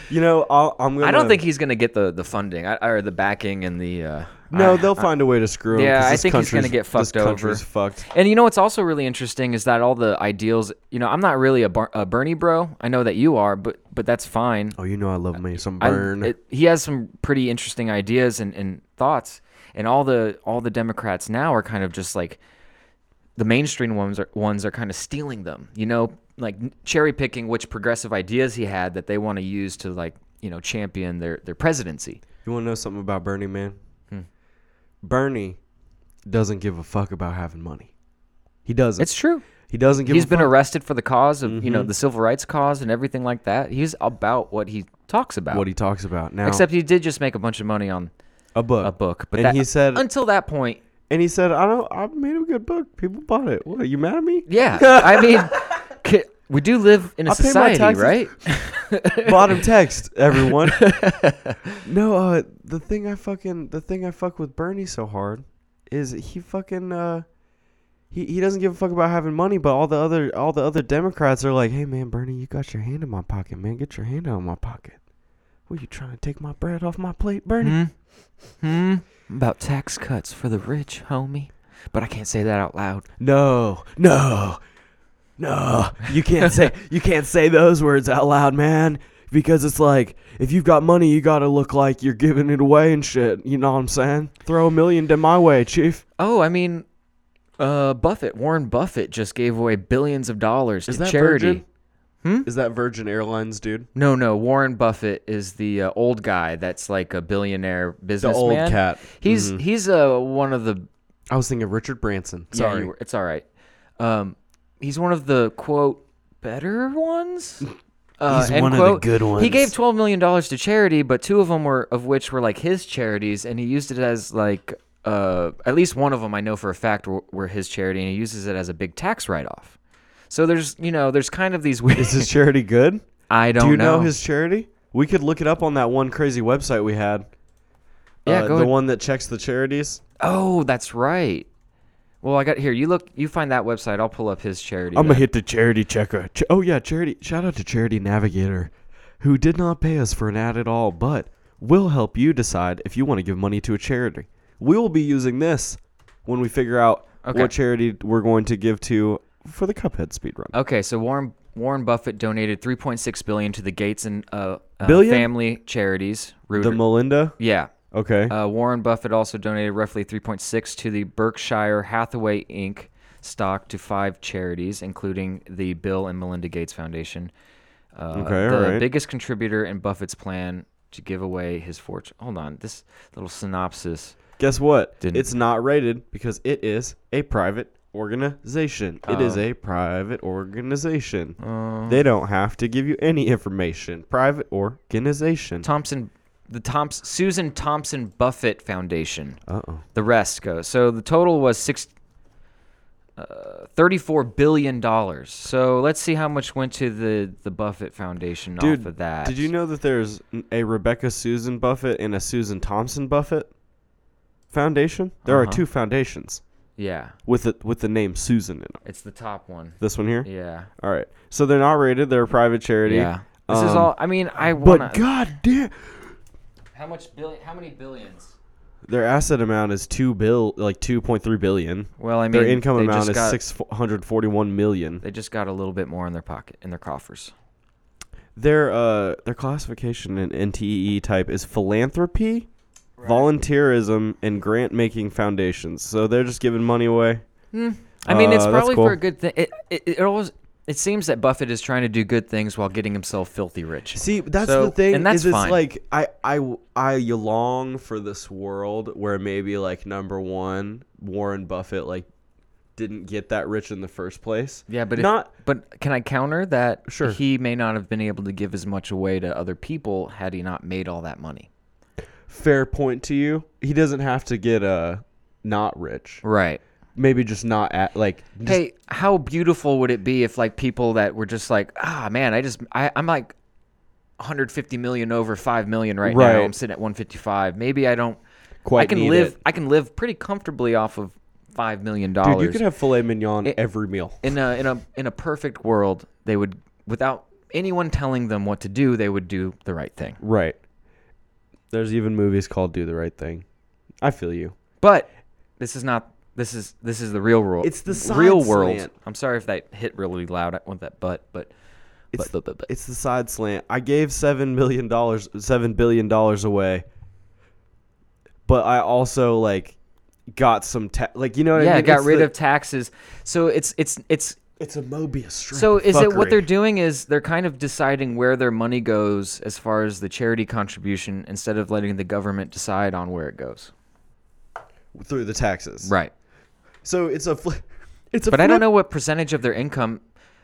Speaker 7: you know, I'll, I'm gonna.
Speaker 3: I don't think he's going to get the, the funding I, or the backing and the. Uh,
Speaker 7: No,
Speaker 3: I-
Speaker 7: they'll find a way to screw him.
Speaker 3: Yeah,
Speaker 7: 'cause
Speaker 3: I
Speaker 7: this
Speaker 3: think he's gonna
Speaker 7: country's-
Speaker 3: get fucked
Speaker 7: this
Speaker 3: over.
Speaker 7: country's fucked.
Speaker 3: And you know what's also really interesting is that all the ideals. You know, I'm not really a, Bar- a Bernie bro. I know that you are, but but that's fine.
Speaker 7: Oh, you know I love me some
Speaker 3: I-
Speaker 7: burn.
Speaker 3: it- he has some pretty interesting ideas and, and thoughts, and all the all the Democrats now are kind of just like the mainstream ones are ones are kind of stealing them. You know, like cherry picking which progressive ideas he had that they want to use to like you know champion their their presidency.
Speaker 7: you want to know something about Bernie, man?
Speaker 3: Hmm.
Speaker 7: Bernie doesn't give a fuck about having money. He doesn't.
Speaker 3: It's true.
Speaker 7: He doesn't give.
Speaker 3: He's
Speaker 7: a
Speaker 3: been
Speaker 7: fuck.
Speaker 3: arrested for the cause of
Speaker 7: Mm-hmm.
Speaker 3: you know the civil rights cause and everything like that. He's about what he talks about.
Speaker 7: what he talks about now.
Speaker 3: Except he did just make a bunch of money on
Speaker 7: a book.
Speaker 3: a book. But
Speaker 7: and
Speaker 3: that,
Speaker 7: he said,
Speaker 3: until that point,
Speaker 7: and he said, I don't. I made a good book. People bought it. (laughs) What? Are you mad at me?
Speaker 3: yeah. I mean, ca- we do live in a
Speaker 7: I pay my
Speaker 3: society,
Speaker 7: taxes.
Speaker 3: right?
Speaker 7: Bottom text, everyone. no, uh, the thing I fucking the thing I fuck with Bernie so hard is he fucking uh, he he doesn't give a fuck about having money, but all the other all the other Democrats are like, hey man, Bernie, you got your hand in my pocket, man. Get your hand out of my pocket. What you trying to take my bread off my plate, Bernie?
Speaker 3: Hmm.
Speaker 7: Mm-hmm.
Speaker 3: About tax cuts for the rich, homie. But I can't say that out loud.
Speaker 7: No, no, no. You can't (laughs) say you can't say those words out loud, man. Because it's like if you've got money, you gotta look like you're giving it away and shit. You know what I'm saying? Throw a million to my way, chief.
Speaker 3: Oh, I mean, uh, Buffett, Warren Buffett just gave away billions of dollars to charity.
Speaker 7: Is that Virgin Airlines, dude?
Speaker 3: No, no. Warren Buffett is the uh, old guy that's like a billionaire businessman.
Speaker 7: old cat. Mm-hmm.
Speaker 3: He's he's uh, one of the
Speaker 7: I was thinking Richard Branson.
Speaker 3: Yeah, you
Speaker 7: Sorry.
Speaker 3: were- it's all right. Um, he's one of the quote better ones. Uh,
Speaker 7: (laughs) He's
Speaker 3: end
Speaker 7: one of the
Speaker 3: quote.
Speaker 7: good
Speaker 3: He
Speaker 7: ones.
Speaker 3: gave twelve million dollars to charity, but two of them were of which were like his charities, and he used it as like uh, at least one of them I know for a fact were, were his charity, and he uses it as a big tax write off. So there's you know there's kind of these weird.
Speaker 7: Is his charity (laughs) good?
Speaker 3: (laughs) I don't
Speaker 7: Do you know. his charity? We could look it up on that one crazy website we had.
Speaker 3: Yeah, go
Speaker 7: Uh, the
Speaker 3: ahead.
Speaker 7: one that checks the charities.
Speaker 3: Oh, that's right. Well, I got here. You look. You find that website. I'll pull up his charity.
Speaker 7: I'm gonna
Speaker 3: then.
Speaker 7: hit the charity checker. Ch- oh yeah, charity. Shout out to Charity Navigator, who did not pay us for an ad at all, but will help you decide if you want to give money to a charity. We will be using this when we figure out
Speaker 3: Okay.
Speaker 7: what charity we're going to give to for the Cuphead speedrun.
Speaker 3: Okay, so Warren Warren Buffett donated 3.6 billion to the Gates and uh, uh,
Speaker 7: Billion?
Speaker 3: family charities.
Speaker 7: the Oh.
Speaker 3: Rooter.
Speaker 7: Melinda.
Speaker 3: yeah.
Speaker 7: Okay.
Speaker 3: Uh, Warren Buffett also donated roughly 3.6 to the Berkshire Hathaway Inc. stock to five charities, including the Bill and Melinda Gates Foundation. Uh,
Speaker 7: Okay,
Speaker 3: the
Speaker 7: alright.
Speaker 3: biggest contributor in Buffett's plan to give away his fortune. Hold on, this little synopsis.
Speaker 7: Guess what?
Speaker 3: Didn't-
Speaker 7: It's not rated because it is a private organization. It
Speaker 3: Oh.
Speaker 7: is a private organization. they don't have to give you any information. Private organization.
Speaker 3: Thompson, the Thompson Susan Thompson Buffett Foundation.
Speaker 7: Uh oh.
Speaker 3: the rest goes. So the total was six, uh, thirty-four billion dollars. So let's see how much went to the the Buffett Foundation off of that.
Speaker 7: Did you know that there's n- a Rebecca Susan Buffett and a Susan Thompson Buffett foundation? There
Speaker 3: Uh-huh.
Speaker 7: are two foundations
Speaker 3: Yeah,
Speaker 7: with the, with the name Susan in them.
Speaker 3: it's the top one.
Speaker 7: This one here.
Speaker 3: Yeah,
Speaker 7: All right. So they're not rated. They're a private charity.
Speaker 3: yeah. This is
Speaker 7: Um,
Speaker 3: all. I mean, I
Speaker 7: But
Speaker 3: want.
Speaker 7: god damn,
Speaker 3: How much billion? How many billions?
Speaker 7: their asset amount is two bill like two point three billion.
Speaker 3: Well, I mean,
Speaker 7: their income
Speaker 3: they
Speaker 7: amount
Speaker 3: just
Speaker 7: is
Speaker 3: got,
Speaker 7: six hundred forty-one million.
Speaker 3: They just got a little bit more in their pocket, in their coffers.
Speaker 7: Their uh, their classification in NTE type is philanthropy, volunteerism, and grant making foundations. So they're just giving money away.
Speaker 3: I mean, it's
Speaker 7: Uh, that's
Speaker 3: probably
Speaker 7: cool.
Speaker 3: for a good thing. It, it it always it seems that Buffett is trying to do good things while getting himself filthy rich.
Speaker 7: See, that's
Speaker 3: So-
Speaker 7: the thing.
Speaker 3: and that's
Speaker 7: is it's
Speaker 3: fine.
Speaker 7: like I, I, I long for this world where maybe like number one, Warren Buffett like didn't get that rich in the first place.
Speaker 3: Yeah, but if-
Speaker 7: not.
Speaker 3: but can I counter that?
Speaker 7: Sure.
Speaker 3: He may not have been able to give as much away to other people had he not made all that money.
Speaker 7: fair point to you. He doesn't have to get uh, not rich.
Speaker 3: Right.
Speaker 7: Maybe just not at like. just-
Speaker 3: Hey, how beautiful would it be if like people that were just like, ah, man, I just I, I'm like 150 million over five million right, now.
Speaker 7: Right.
Speaker 3: I'm sitting at 155. Maybe I don't I
Speaker 7: Quite
Speaker 3: can
Speaker 7: need
Speaker 3: live.
Speaker 7: it.
Speaker 3: I can live pretty comfortably off of five million dollars.
Speaker 7: Dude, you could have filet mignon every meal.
Speaker 3: in a in a in a perfect world, they would without anyone telling them what to do, they would do the right thing.
Speaker 7: Right. There's even movies called "Do the Right Thing." I feel you.
Speaker 3: But this is not. This is this is the real world.
Speaker 7: It's the side
Speaker 3: real world.
Speaker 7: slant.
Speaker 3: I'm sorry if that hit really loud. I want that butt, but
Speaker 7: It's,
Speaker 3: but, but, but, but.
Speaker 7: it's the side slant. I gave seven million dollars, seven billion dollars away, but I also like got some ta- like you know what I
Speaker 3: yeah,
Speaker 7: mean?
Speaker 3: it got
Speaker 7: It's
Speaker 3: rid
Speaker 7: the-
Speaker 3: of taxes. So it's it's it's.
Speaker 7: It's a Mobius strip.
Speaker 3: So is it what they're
Speaker 7: fuckery.
Speaker 3: doing is they're kind of deciding where their money goes as far as the charity contribution instead of letting the government decide on where it goes.
Speaker 7: through the taxes?
Speaker 3: Right.
Speaker 7: So it's a fl- it's a
Speaker 3: But I don't
Speaker 7: flip-
Speaker 3: know what percentage of their income.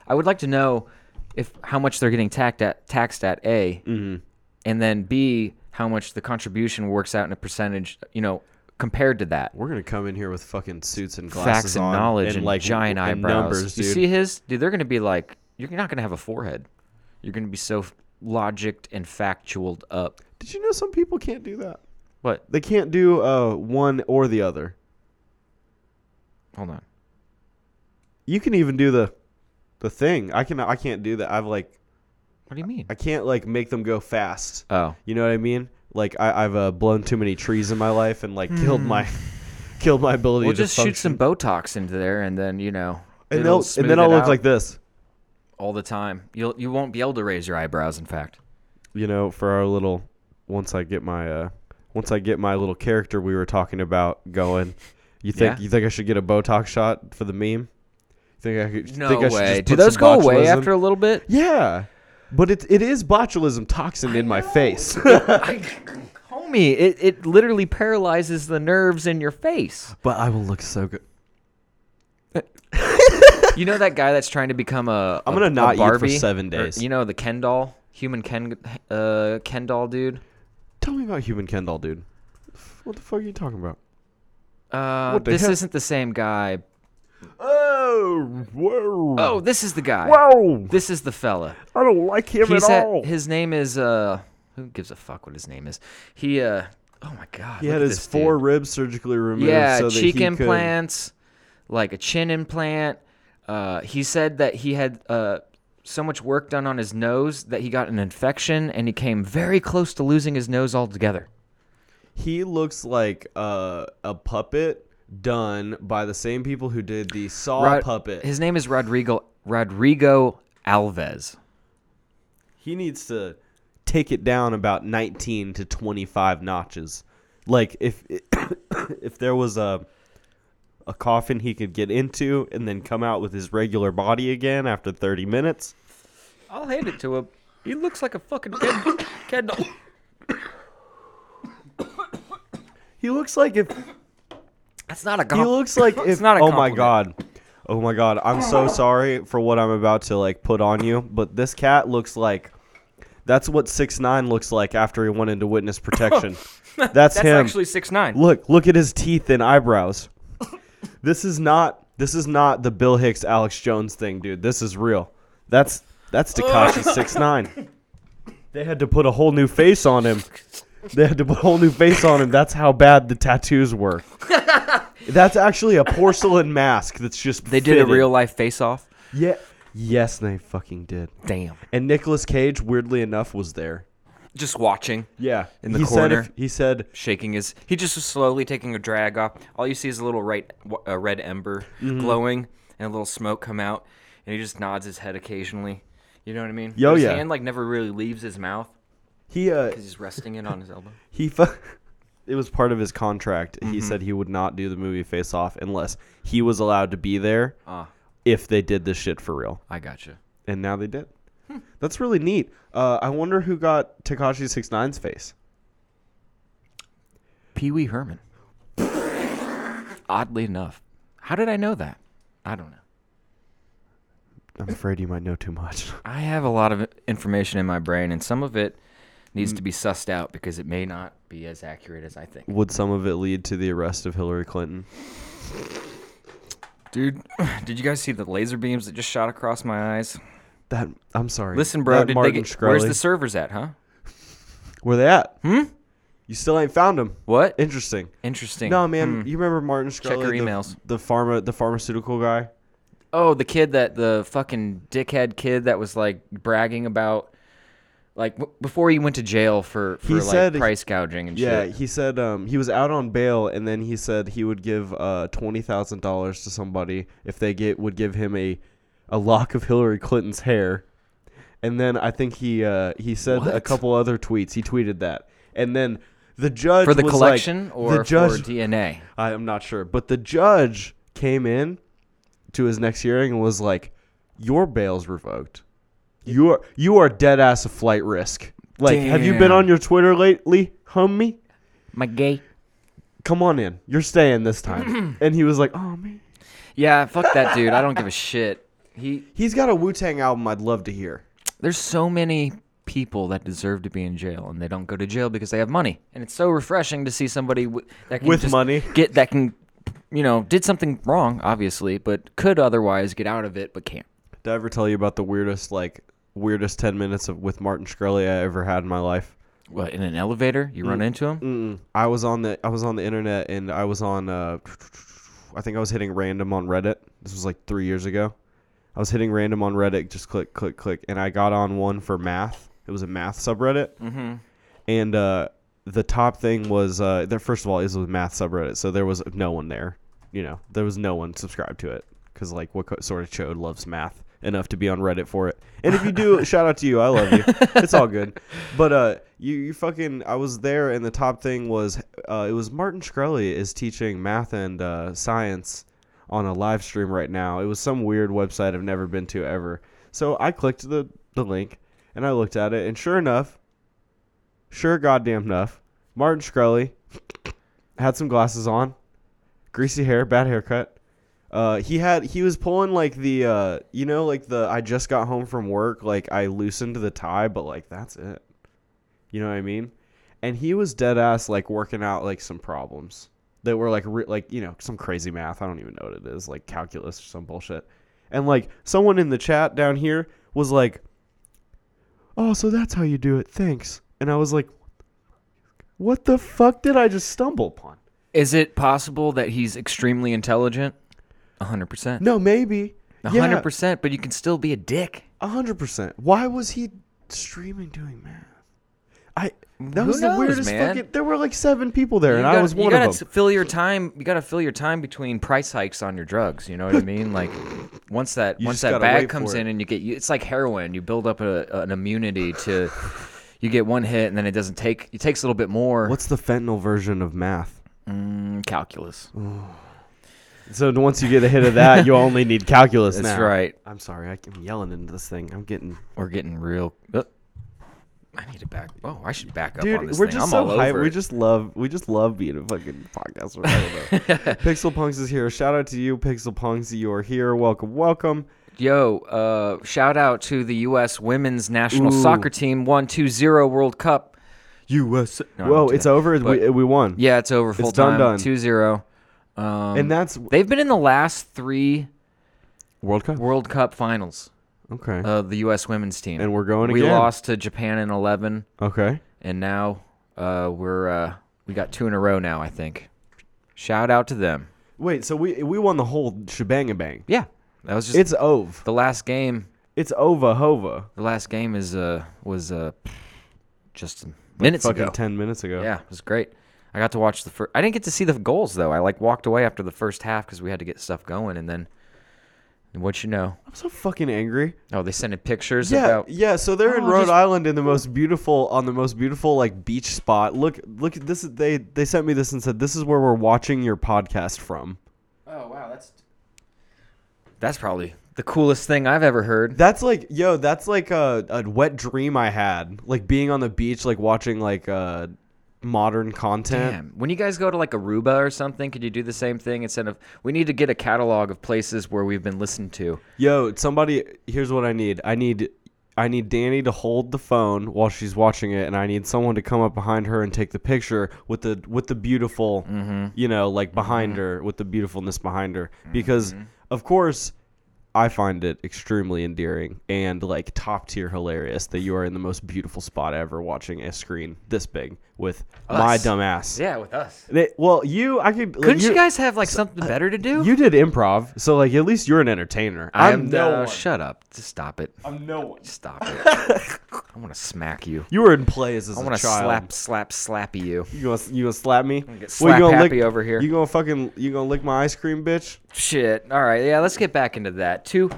Speaker 3: I would like to know if how much they're getting taxed at taxed at A,
Speaker 7: Mm-hmm.
Speaker 3: and then B how much the contribution works out in a percentage. You know, compared to that,
Speaker 7: We're gonna come in here with fucking suits and glasses
Speaker 3: facts and
Speaker 7: on
Speaker 3: knowledge and,
Speaker 7: like
Speaker 3: giant
Speaker 7: and
Speaker 3: eyebrows.
Speaker 7: Numbers,
Speaker 3: you
Speaker 7: dude.
Speaker 3: see his dude? They're gonna be like, you're not gonna have a forehead. You're gonna be so logicked and factualed up.
Speaker 7: Did you know some people can't do that?
Speaker 3: What?
Speaker 7: They can't do uh, one or the other.
Speaker 3: Hold on.
Speaker 7: You can even do the the thing. I can I can't do that. I've like
Speaker 3: What do you mean?
Speaker 7: I can't like make them go fast.
Speaker 3: oh.
Speaker 7: You know what I mean? Like I, I've uh, blown too many trees in my life and like killed my (laughs) killed my ability
Speaker 3: We'll
Speaker 7: to
Speaker 3: just shoot
Speaker 7: function.
Speaker 3: some Botox into there, and then you know,
Speaker 7: and
Speaker 3: it'll
Speaker 7: they'll and
Speaker 3: smooth
Speaker 7: then I'll
Speaker 3: it
Speaker 7: look
Speaker 3: out
Speaker 7: like this.
Speaker 3: all the time. You'll you won't be able to raise your eyebrows. In fact,
Speaker 7: You know, for our little once I get my uh once I get my little character we were talking about going. You think
Speaker 3: Yeah.
Speaker 7: you think I should get a Botox shot for the meme? You think I could,
Speaker 3: no
Speaker 7: think I should
Speaker 3: way.
Speaker 7: just
Speaker 3: Do
Speaker 7: put
Speaker 3: those
Speaker 7: some
Speaker 3: go away
Speaker 7: botulism?
Speaker 3: after a little bit?
Speaker 7: Yeah, but it it is botulism toxin in my face.
Speaker 3: Homie, it, it literally paralyzes the nerves in your
Speaker 7: (laughs)
Speaker 3: face.
Speaker 7: but I will look so good.
Speaker 3: You know that guy that's trying to become a
Speaker 7: I'm
Speaker 3: a-
Speaker 7: gonna
Speaker 3: a
Speaker 7: not eat for
Speaker 3: Barbie?
Speaker 7: seven
Speaker 3: Or,
Speaker 7: days.
Speaker 3: you know the Ken doll, human Ken, uh, Ken doll dude.
Speaker 7: Tell me about human Ken doll, dude. What the fuck are you talking about?
Speaker 3: Uh,
Speaker 7: What the
Speaker 3: this
Speaker 7: heck?
Speaker 3: isn't the same guy.
Speaker 7: Oh, whoa.
Speaker 3: Oh, this is the guy.
Speaker 7: Whoa.
Speaker 3: This is the fella.
Speaker 7: I don't like him
Speaker 3: He's at, his name is uh who gives a fuck what his name is. He uh oh my god.
Speaker 7: He
Speaker 3: look
Speaker 7: had
Speaker 3: at
Speaker 7: his
Speaker 3: this
Speaker 7: four
Speaker 3: dude.
Speaker 7: ribs surgically removed.
Speaker 3: yeah,
Speaker 7: so that
Speaker 3: cheek
Speaker 7: he could-
Speaker 3: implants, like a chin implant. Uh, he said that he had uh, so much work done on his nose that he got an infection and he came very close to losing his nose altogether.
Speaker 7: he looks like uh, a puppet done by the same people who did the Saw
Speaker 3: Rod-
Speaker 7: puppet.
Speaker 3: His name is Rodrigo Rodrigo Alves.
Speaker 7: he needs to take it down about 19 to 25 notches like if (coughs) if there was a a coffin he could get into and then come out with his regular body again after 30 minutes
Speaker 3: I'll hand it to him. He looks like a fucking kid. (coughs) Kendall.
Speaker 7: he looks like if
Speaker 3: That's not a
Speaker 7: he
Speaker 3: compliment.
Speaker 7: looks like if
Speaker 3: uh-huh. (laughs) It's not a
Speaker 7: oh my
Speaker 3: compliment.
Speaker 7: god oh my god i'm so sorry for what i'm about to like put on you but this cat looks like that's what 6-9 looks like after he went
Speaker 3: (laughs)
Speaker 7: into witness protection that's,
Speaker 3: That's
Speaker 7: him
Speaker 3: actually six nine.
Speaker 7: Look, look at his teeth and eyebrows. this is not this is not the Bill Hicks Alex Jones thing, dude. This is real. That's that's Takashi 69. They had to put a whole new face on him. They had to put a whole new face on him. That's how bad the tattoos were. That's actually a porcelain mask that's just
Speaker 3: They did a
Speaker 7: fitted.
Speaker 3: real life face off.
Speaker 7: Yeah. Yes, they fucking did.
Speaker 3: Damn.
Speaker 7: And Nicolas Cage weirdly enough was there.
Speaker 3: Just watching.
Speaker 7: Yeah.
Speaker 3: In the
Speaker 7: he
Speaker 3: corner.
Speaker 7: Said if- he said
Speaker 3: shaking his. He just was slowly taking a drag off. All you see is a little right, uh, red ember glowing and a little smoke come out, and he just nods his head occasionally. You know what I mean?
Speaker 7: Yo,
Speaker 3: his
Speaker 7: yeah.
Speaker 3: hand like never really leaves his mouth
Speaker 7: he uh
Speaker 3: because he's resting it on his elbow.
Speaker 7: he fu- (laughs) it was part of his contract. He said he would not do the movie Face Off unless he was allowed to be there
Speaker 3: Ah,
Speaker 7: if they did this shit for real.
Speaker 3: (laughs) I gotcha.
Speaker 7: And now they did. That's really neat. Uh, I wonder who got Takashi 69's face.
Speaker 3: Pee Wee Herman. Oddly enough, how did I know that? I don't know.
Speaker 7: I'm afraid you might know too much. (laughs)
Speaker 3: I have a lot of information in my brain, and some of it needs to be sussed out because it may not be as accurate as I think.
Speaker 7: Would some of it lead to the arrest of Hillary Clinton?
Speaker 3: Dude, (sighs) did you guys see the laser beams that just shot across my eyes?
Speaker 7: That I'm sorry.
Speaker 3: Listen, bro,
Speaker 7: That
Speaker 3: did
Speaker 7: Martin
Speaker 3: they get,
Speaker 7: Shkreli.
Speaker 3: where's the servers at, huh?
Speaker 7: Where they at? Hmm. You still ain't found him.
Speaker 3: What?
Speaker 7: Interesting.
Speaker 3: Interesting.
Speaker 7: No, man. You remember Martin Shkreli?
Speaker 3: your
Speaker 7: the-
Speaker 3: emails.
Speaker 7: The pharma, the pharmaceutical guy.
Speaker 3: Oh, the kid that the fucking dickhead kid that was like bragging about like w- before he went to jail for for
Speaker 7: He
Speaker 3: like
Speaker 7: said-
Speaker 3: price gouging and
Speaker 7: Yeah,
Speaker 3: shit.
Speaker 7: he said um, he was out on bail, and then he said he would give uh, twenty thousand dollars to somebody if they get would give him a a lock of Hillary Clinton's hair. And then I think he uh, he said a
Speaker 3: What?
Speaker 7: couple other tweets. He tweeted that, and then the judge
Speaker 3: For the
Speaker 7: was
Speaker 3: collection
Speaker 7: like,
Speaker 3: or
Speaker 7: the judge.
Speaker 3: for DNA?
Speaker 7: I am not sure, but the judge came in to his next hearing and was like, "Your bail's revoked. You are you are dead ass a flight risk. Like, have you been
Speaker 3: Damn.
Speaker 7: on your Twitter lately, homie?"
Speaker 3: My gay.
Speaker 7: come on in. You're staying this time. and he was like, oh, man.
Speaker 3: Yeah, fuck that dude. I don't give a shit. He
Speaker 7: He's got a Wu Tang album I'd love to hear.
Speaker 3: there's so many people that deserve to be in jail and they don't go to jail because they have money and it's so refreshing to see somebody w- that can
Speaker 7: With
Speaker 3: just
Speaker 7: money.
Speaker 3: get that can you know did something wrong obviously but could otherwise get out of it but can't
Speaker 7: Did I ever tell you about the weirdest, like, weirdest ten minutes of with Martin Shkreli I ever had in my life.
Speaker 3: What in an elevator? You run into him?
Speaker 7: Mm-mm. I was on the I was on the internet and I was on uh, I think I was hitting random on Reddit. This was like three years ago. I was hitting random on Reddit, just click click click, and I got on one for math. It was a math subreddit, mm-hmm. and uh, the top thing was uh, that first of all is with math subreddit, so there was no one there. You know, there was no one subscribed to it because like what co- sort of chode loves math enough to be on Reddit for it? And if you do, shout out to you. I love you. It's all good. But uh, you you fucking I was there, and the top thing was uh, it was Martin Shkreli is teaching math and uh, science on a live stream right now. It was some weird website I've never been to ever. So I clicked the the link and I looked at it, and sure enough, sure goddamn enough, Martin Shkreli had some glasses on, greasy hair, bad haircut. Uh, he had he was pulling like the uh, you know like the I just got home from work like I loosened the tie but like that's it, you know what I mean? And he was dead ass like working out like some problems that were like re- like you know some crazy math I don't even know what it is like calculus or some bullshit, and like someone in the chat down here was like, oh so that's how you do it thanks, and I was like, what the fuck did I just stumble upon?
Speaker 3: Is it possible that he's extremely intelligent? hundred percent.
Speaker 7: No, maybe. Yeah.
Speaker 3: hundred percent. But you can still be a dick.
Speaker 7: A hundred percent. Why was he streaming doing math? I that
Speaker 3: Who
Speaker 7: was
Speaker 3: knows,
Speaker 7: the weirdest
Speaker 3: man?
Speaker 7: fucking. There were like seven people there, and I was one
Speaker 3: you gotta
Speaker 7: of them.
Speaker 3: t- fill your time. You gotta fill your time between price hikes on your drugs. You know what I mean? Like once that
Speaker 7: You
Speaker 3: once
Speaker 7: just
Speaker 3: that
Speaker 7: gotta
Speaker 3: bag
Speaker 7: wait
Speaker 3: comes
Speaker 7: for it.
Speaker 3: in and you get you, it's like heroin. You build up a, an immunity to. You get one hit and then it doesn't take. It takes a little bit more.
Speaker 7: What's the fentanyl version of math?
Speaker 3: Mm, calculus?
Speaker 7: So once you get a hit of that, you only need calculus.
Speaker 3: That's
Speaker 7: now.
Speaker 3: right.
Speaker 7: I'm sorry, I- I'm yelling into this thing. I'm getting,
Speaker 3: We're getting real. Uh, I need to back. Oh, I should back up on
Speaker 7: dude.
Speaker 3: this
Speaker 7: We're
Speaker 3: thing.
Speaker 7: just
Speaker 3: I'm
Speaker 7: so
Speaker 3: all over
Speaker 7: hype. We
Speaker 3: it.
Speaker 7: just love, we just love being a fucking podcast. I
Speaker 3: (laughs)
Speaker 7: don't know. Pixel Punks is here. Shout out to you, Pixel Punks. You are here. Welcome, welcome.
Speaker 3: Yo, uh, shout out to the U.S. Women's National
Speaker 7: Ooh.
Speaker 3: Soccer Team, one two zero World Cup.
Speaker 7: U.S.
Speaker 3: No, I
Speaker 7: Whoa,
Speaker 3: don't do
Speaker 7: it's
Speaker 3: that.
Speaker 7: over. we,
Speaker 3: But-
Speaker 7: we won.
Speaker 3: Yeah, it's over full
Speaker 7: done, done.
Speaker 3: time. Two zero. Um,
Speaker 7: and that's
Speaker 3: they've been in the last three
Speaker 7: World Cup.
Speaker 3: World Cup finals.
Speaker 7: Okay.
Speaker 3: Uh, the U.S. Women's team,
Speaker 7: And we're going
Speaker 3: We
Speaker 7: again.
Speaker 3: lost to Japan in eleven,
Speaker 7: okay.
Speaker 3: and now uh, we're uh, we got two in a row now. I think. Shout out to them.
Speaker 7: Wait, so we we won the whole shebang bang.
Speaker 3: Yeah, that was just
Speaker 7: It's Ove.
Speaker 3: the last game.
Speaker 7: It's Ova Hova.
Speaker 3: The last game is uh was uh just minutes
Speaker 7: Fucking
Speaker 3: ago.
Speaker 7: ten minutes ago.
Speaker 3: Yeah, it was great. I got to watch the first. I didn't get to see the goals though. I like walked away after the first half because we had to get stuff going, and then, and what you know?
Speaker 7: I'm so fucking angry.
Speaker 3: Oh, they sent in pictures
Speaker 7: Yeah,
Speaker 3: about.
Speaker 7: yeah. So they're in
Speaker 3: Oh,
Speaker 7: Rhode
Speaker 3: just-
Speaker 7: Island in the most beautiful on the most beautiful like beach spot. Look, look at this. They they sent me this and said this is where we're watching your podcast from.
Speaker 3: Oh wow, that's that's probably the coolest thing I've ever heard.
Speaker 7: That's like yo, that's like a, a wet dream I had. Like being on the beach, like watching like uh modern content.
Speaker 3: Damn. When you guys go to like Aruba or something, could you do the same thing instead of? We need to get a catalog of places where we've been listened to.
Speaker 7: Yo, somebody. Here's what I need. I need, I need Danny to hold the phone while she's watching it, and I need someone to come up behind her and take the picture with the with the beautiful,
Speaker 3: Mm-hmm.
Speaker 7: you know, like behind her with the beautifulness behind her, because of course. I find it extremely endearing and like top tier hilarious that you are in the most beautiful spot ever watching a screen this big with my
Speaker 3: Us.
Speaker 7: dumb ass.
Speaker 3: Yeah, with us.
Speaker 7: They- well, you, I could.
Speaker 3: Couldn't you,
Speaker 7: you- uh,
Speaker 3: guys have like something better to do?
Speaker 7: You did improv, so like at least you're an entertainer.
Speaker 3: I'm
Speaker 7: no
Speaker 3: no.
Speaker 7: one.
Speaker 3: Shut up. Just stop it.
Speaker 7: I'm no one.
Speaker 3: Stop
Speaker 7: (laughs)
Speaker 3: it. I want to smack you.
Speaker 7: You were in plays as
Speaker 3: I
Speaker 7: a
Speaker 3: want to
Speaker 7: child.
Speaker 3: slap, slap, slappy you.
Speaker 7: You gonna you gonna slap me?
Speaker 3: get
Speaker 7: What, you
Speaker 3: slap
Speaker 7: gonna
Speaker 3: happy over here.
Speaker 7: You gonna fucking you gonna lick my ice cream, bitch?
Speaker 3: Shit. All right. Yeah, let's get back into that. Two.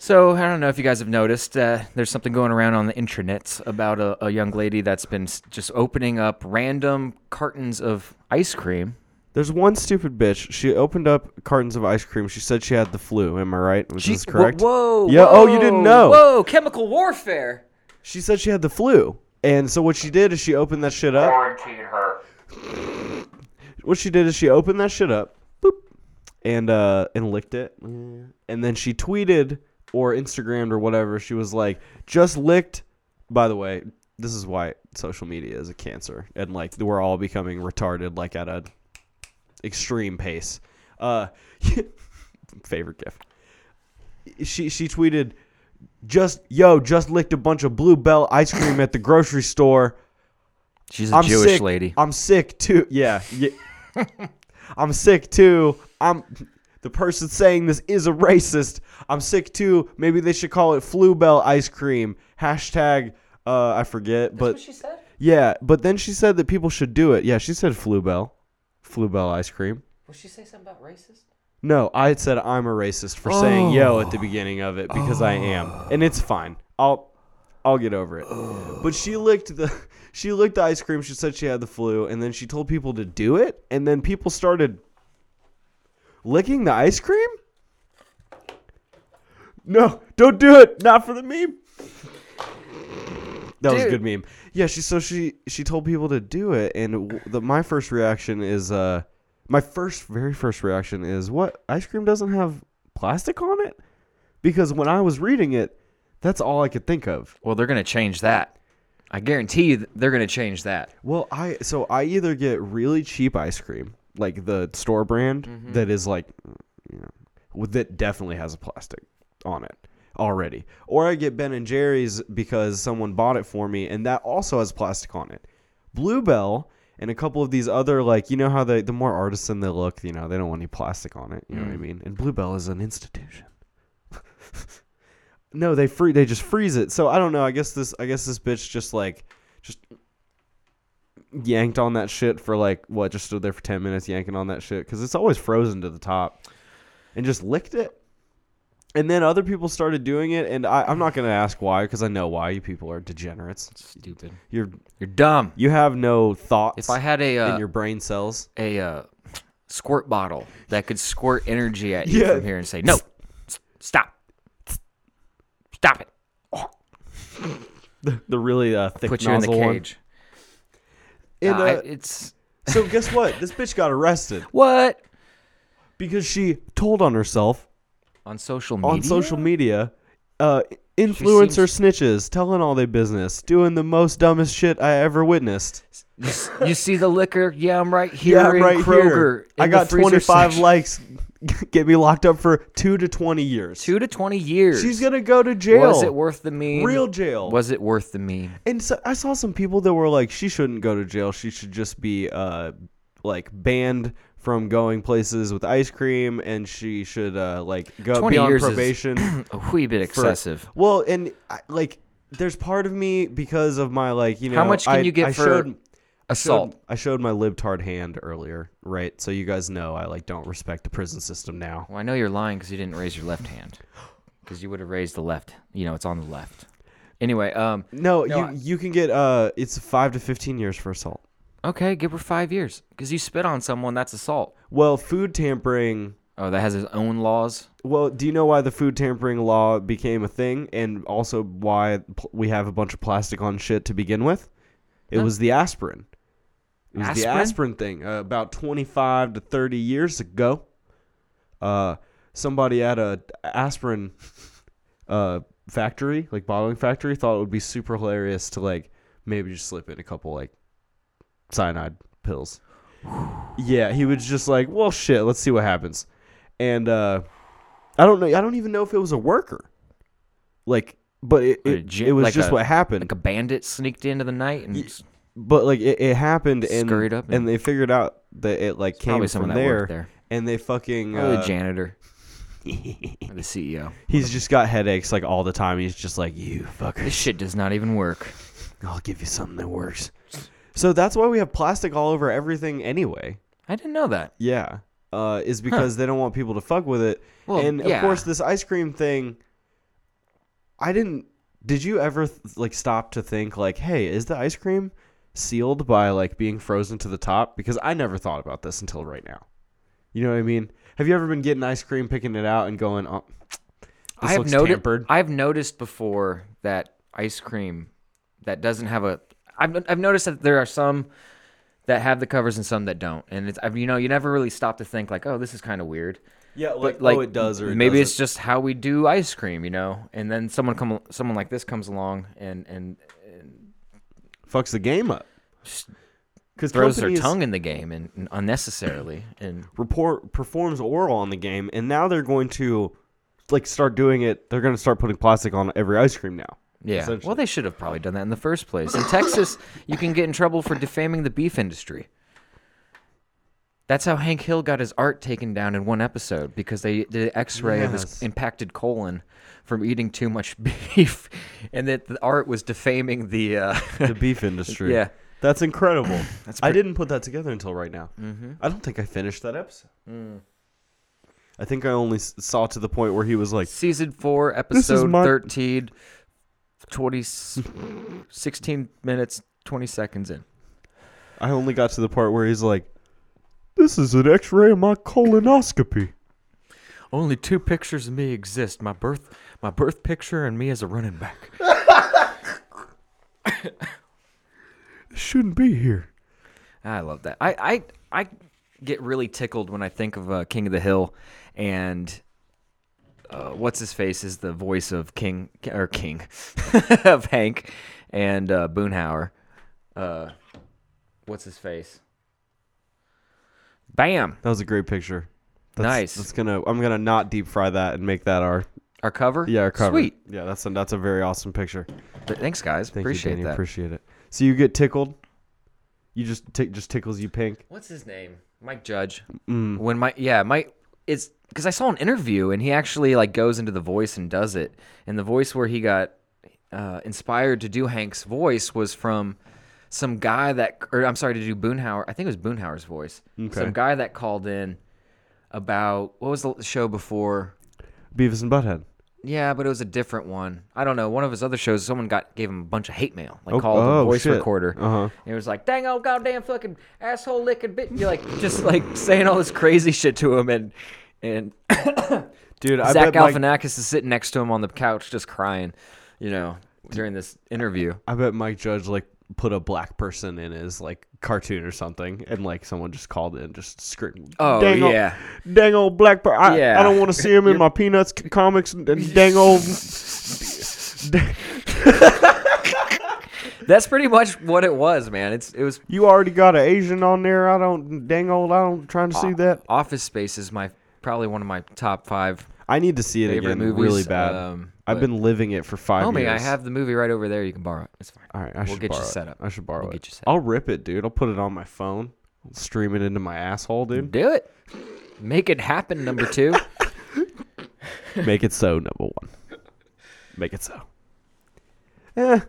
Speaker 3: So I don't know if you guys have noticed, uh, there's something going around on the intranets about a, a young lady that's been s- just opening up random cartons of ice cream.
Speaker 7: There's one stupid bitch. She opened up cartons of ice cream. She said she had the flu. Am I right? Was
Speaker 3: She-
Speaker 7: this correct?
Speaker 3: Whoa.
Speaker 7: Yeah.
Speaker 3: Whoa,
Speaker 7: Oh, you didn't know.
Speaker 3: Whoa. Chemical warfare.
Speaker 7: She said she had the flu, and so what she did is she opened that shit up. What she did is she opened that shit up, boop, and uh and licked it, and then she tweeted or Instagrammed or whatever. She was like, "Just licked." By the way, this is why social media is a cancer, and like we're all becoming retarded, like at a extreme pace. (laughs) Uh, favorite gift. She she tweeted, Just yo, just licked a bunch of Blue Bell ice cream at the grocery store.
Speaker 3: She's a
Speaker 7: I'm
Speaker 3: Jewish
Speaker 7: sick.
Speaker 3: lady.
Speaker 7: I'm sick too. (laughs) Yeah, yeah. I'm sick too. I'm the person saying this is a racist. I'm sick too. Maybe they should call it flu bell ice cream. Hashtag uh, I forget. but she said. Yeah, but then she said that people should do it. Yeah, she said flu bell, flu bell ice cream. No, I had said I'm a racist for saying yo
Speaker 3: Oh.
Speaker 7: at the beginning of it because I am, and it's fine. I'll I'll get over it. But she licked the (laughs) she licked the ice cream. She said she had the flu, and then she told people to do it, and then people started licking the ice cream. No, don't do it. Not for the meme. That was a good meme. Yeah, she so she she told people to do it, and w- the, my first reaction is uh, my first very first reaction is what ice cream doesn't have plastic on it, because when I was reading it, that's all I could think of.
Speaker 3: Well, they're gonna change that. I guarantee you, th- they're gonna change that.
Speaker 7: Well, I so I either get really cheap ice cream, like the store brand that is like, you know, with- that definitely has a plastic on it already, or I get Ben and Jerry's because someone bought it for me and that also has plastic on it. Bluebell and a couple of these other like you know how they the more artisan they look, you know, they don't want any plastic on it. You know what I mean? And Bluebell is an institution. (laughs) No, they free they just freeze it. So I don't know. I guess this I guess this bitch just like just yanked on that shit for like what just stood there for 10 minutes yanking on that shit cuz it's always frozen to the top and just licked it. And then other people started doing it and I I'm not going to ask why cuz I know why you people are degenerates.
Speaker 3: Stupid.
Speaker 7: You're
Speaker 3: You're dumb.
Speaker 7: you have no thoughts
Speaker 3: If I had a uh,
Speaker 7: in your brain cells.
Speaker 3: a uh, squirt bottle that could squirt energy at you
Speaker 7: Yeah.
Speaker 3: from here and say, "No, s- stop, stop it,"
Speaker 7: The really uh, thick
Speaker 3: put you in the
Speaker 7: nozzle one.
Speaker 3: cage.
Speaker 7: And,
Speaker 3: Nah, I-
Speaker 7: uh,
Speaker 3: it's
Speaker 7: so guess what? This bitch got arrested
Speaker 3: what
Speaker 7: because she told on herself
Speaker 3: on social media.
Speaker 7: on social media. Uh, influencer snitches telling all their business, doing the most dumbest shit I ever witnessed.
Speaker 3: you, s- you see the liquor? Yeah, I'm right here in Kroger. in
Speaker 7: I
Speaker 3: the
Speaker 7: got
Speaker 3: freezer
Speaker 7: 25
Speaker 3: section.
Speaker 7: likes. (laughs) Get me locked up for two to 20 years.
Speaker 3: Two to twenty years.
Speaker 7: She's gonna go to jail.
Speaker 3: Was it worth the meme?
Speaker 7: Real jail.
Speaker 3: Was it worth the meme?
Speaker 7: And so I saw some people that were like, she shouldn't go to jail. She should just be uh, like banned from going places with ice cream, and she should uh, like go
Speaker 3: 20
Speaker 7: be on
Speaker 3: years is-
Speaker 7: probation.
Speaker 3: (clears throat) A wee bit
Speaker 7: for-
Speaker 3: excessive.
Speaker 7: Well, and I, like, there's part of me because of my like, you know,
Speaker 3: How much can
Speaker 7: I-
Speaker 3: you get
Speaker 7: I
Speaker 3: for
Speaker 7: showed,
Speaker 3: Assault.
Speaker 7: Showed, I showed my libtard hand earlier, right? So you guys know I like don't respect the prison system now.
Speaker 3: Well, I know you're lying because you didn't raise your left hand. Because you would have raised the left. You know, it's on the left. Anyway, um,
Speaker 7: No, you
Speaker 3: I-
Speaker 7: you can get uh, it's five to fifteen years for assault.
Speaker 3: okay, give her five years. Because you spit on someone, that's assault.
Speaker 7: Well, food tampering.
Speaker 3: Oh, that has its own laws.
Speaker 7: Well, do you know why the food tampering law became a thing, and also why pl- we have a bunch of plastic on shit to begin with? It was the aspirin. It was the
Speaker 3: Aspirin?
Speaker 7: aspirin thing uh, about 25 to 30 years ago. Uh, somebody at a aspirin (laughs) uh, factory, like bottling factory, thought it would be super hilarious to like maybe just slip in a couple like cyanide pills. yeah, he was just like, well, shit, let's see what happens. And uh, I don't know. I don't even know if it was a worker. Like, but it
Speaker 3: Or a
Speaker 7: it,
Speaker 3: gi-
Speaker 7: it was
Speaker 3: like
Speaker 7: just
Speaker 3: a-
Speaker 7: what happened
Speaker 3: Like a bandit sneaked into the night and it's
Speaker 7: but like it, it happened and
Speaker 3: Scurried up
Speaker 7: and,
Speaker 3: and-
Speaker 7: they figured out that it like came
Speaker 3: probably someone
Speaker 7: from
Speaker 3: that
Speaker 7: there,
Speaker 3: worked there.
Speaker 7: and they fucking
Speaker 3: probably
Speaker 7: uh,
Speaker 3: oh, the
Speaker 7: (laughs)
Speaker 3: janitor. or the E CEO.
Speaker 7: he's just got headaches like all the time he's just like you
Speaker 3: This
Speaker 7: fuckers
Speaker 3: shit does not even work.
Speaker 7: I'll give you something that works so that's why we have plastic all over everything anyway
Speaker 3: I didn't know that.
Speaker 7: yeah uh, is because they don't want people to fuck with it
Speaker 3: Well,
Speaker 7: and of
Speaker 3: yeah.
Speaker 7: course this ice cream thing I didn't did you ever th- like stop to think like hey is the ice cream sealed by like being frozen to the top because I never thought about this until right now You know what I mean? Have you ever been getting ice cream, picking it out, and going, "Oh, this
Speaker 3: I have
Speaker 7: looks
Speaker 3: noticed.
Speaker 7: tampered"?
Speaker 3: I've noticed before that ice cream that doesn't have a. I've I've noticed that there are some that have the covers and some that don't, and it's I've, you know you never really stop to think like, oh, this is kind of weird.
Speaker 7: yeah,
Speaker 3: But like, oh, maybe it's just how we do ice cream, you know. And then someone come someone like this comes along and and
Speaker 7: fucks the game up. Because
Speaker 3: throws their tongue in the game and, and unnecessarily and
Speaker 7: report performs oral on the game, and now they're going to like start doing it, they're gonna start putting plastic on every ice cream now.
Speaker 3: Yeah.
Speaker 7: essentially.
Speaker 3: Well, they should have probably done that in the first place. In Texas, you can get in trouble for defaming the beef industry. That's how Hank Hill got his art taken down in one episode because they did an X-ray of
Speaker 7: Yes.
Speaker 3: his impacted colon from eating too much (laughs) beef, and that the art was defaming the. Uh,
Speaker 7: The beef
Speaker 3: (laughs)
Speaker 7: industry.
Speaker 3: Yeah.
Speaker 7: (coughs) That's incredible. I didn't put that together until right now. Mm-hmm. I don't think I finished that episode.
Speaker 3: Mm.
Speaker 7: I think I only s- saw to the point where he was like,
Speaker 3: season four, episode
Speaker 7: my-
Speaker 3: 13, 20, 16 minutes, 20 seconds in.
Speaker 7: I only got to the part where he's like, "This is an X-ray of my colonoscopy."
Speaker 3: Only two pictures of me exist: my birth, my birth picture, and me as a running back.
Speaker 7: Shouldn't be here.
Speaker 3: (laughs) I love that. I I I get really tickled when I think of uh, King of the Hill, and uh, what's his face is the voice of King or King (laughs) of Hank and uh, Boonhauer. Uh, what's his face? Bam!
Speaker 7: That was a great picture. That's,
Speaker 3: Nice.
Speaker 7: That's gonna. I'm gonna not deep fry that and make that our
Speaker 3: Our cover.
Speaker 7: yeah our cover.
Speaker 3: Sweet.
Speaker 7: Yeah, that's a, that's a very awesome picture.
Speaker 3: Th- Thanks, guys.
Speaker 7: Thank
Speaker 3: Appreciate
Speaker 7: you, Danny.
Speaker 3: that.
Speaker 7: Appreciate it. So you get tickled. You just tick just tickles you pink.
Speaker 3: what's his name? Mike Judge.
Speaker 7: Mm.
Speaker 3: When Mike, yeah, Mike, it's because I saw an interview and he actually like goes into the voice and does it. And the voice where he got uh, inspired to do Hank's voice was from some guy that, or I'm sorry, to do Boonhauer. I think it was Boonhauer's voice. Some guy that called in about what was the show before
Speaker 7: Beavis and Butthead.
Speaker 3: yeah, but it was a different one. I don't know. One of his other shows, someone got gave him a bunch of hate mail. Like
Speaker 7: Oh,
Speaker 3: called
Speaker 7: oh,
Speaker 3: a voice
Speaker 7: shit.
Speaker 3: recorder.
Speaker 7: Uh-huh.
Speaker 3: And it was like, dang old goddamn fucking asshole licking bitch. You're like just like saying all this crazy shit to him and and
Speaker 7: (coughs) Dude, I
Speaker 3: Zach
Speaker 7: bet Mike-
Speaker 3: Galifianakis is sitting next to him on the couch just crying, you know, during this interview.
Speaker 7: I bet Mike Judge like put a black person in his like cartoon or something, and like someone just called in, just screamed.
Speaker 3: Oh,
Speaker 7: dang
Speaker 3: yeah.
Speaker 7: old, dang old black person. I,
Speaker 3: Yeah.
Speaker 7: I don't want to see him
Speaker 3: (laughs)
Speaker 7: in my peanuts c- comics. And and dang old, (laughs)
Speaker 3: That's pretty much what it was, man. It's it was
Speaker 7: you already got an Asian on there. I don't, dang old, I don't trying to
Speaker 3: Ah.
Speaker 7: see that.
Speaker 3: Office Space is my probably one of my top five.
Speaker 7: I need to see it
Speaker 3: Favorite
Speaker 7: again,
Speaker 3: movies,
Speaker 7: really bad.
Speaker 3: um,
Speaker 7: I've
Speaker 3: but-
Speaker 7: been living it for five
Speaker 3: Homie,
Speaker 7: years.
Speaker 3: I have the movie right over there. You can borrow it. It's fine.
Speaker 7: All right, I
Speaker 3: We'll
Speaker 7: should
Speaker 3: get you
Speaker 7: borrow it.
Speaker 3: set up.
Speaker 7: I should borrow
Speaker 3: We'll
Speaker 7: it.
Speaker 3: get you set
Speaker 7: I'll rip it, dude. I'll put it on my phone. I'll stream it into my
Speaker 3: (laughs)
Speaker 7: asshole, dude.
Speaker 3: Do it. Make it happen, number two.
Speaker 7: (laughs) Make it so, number one. Make it so. Eh.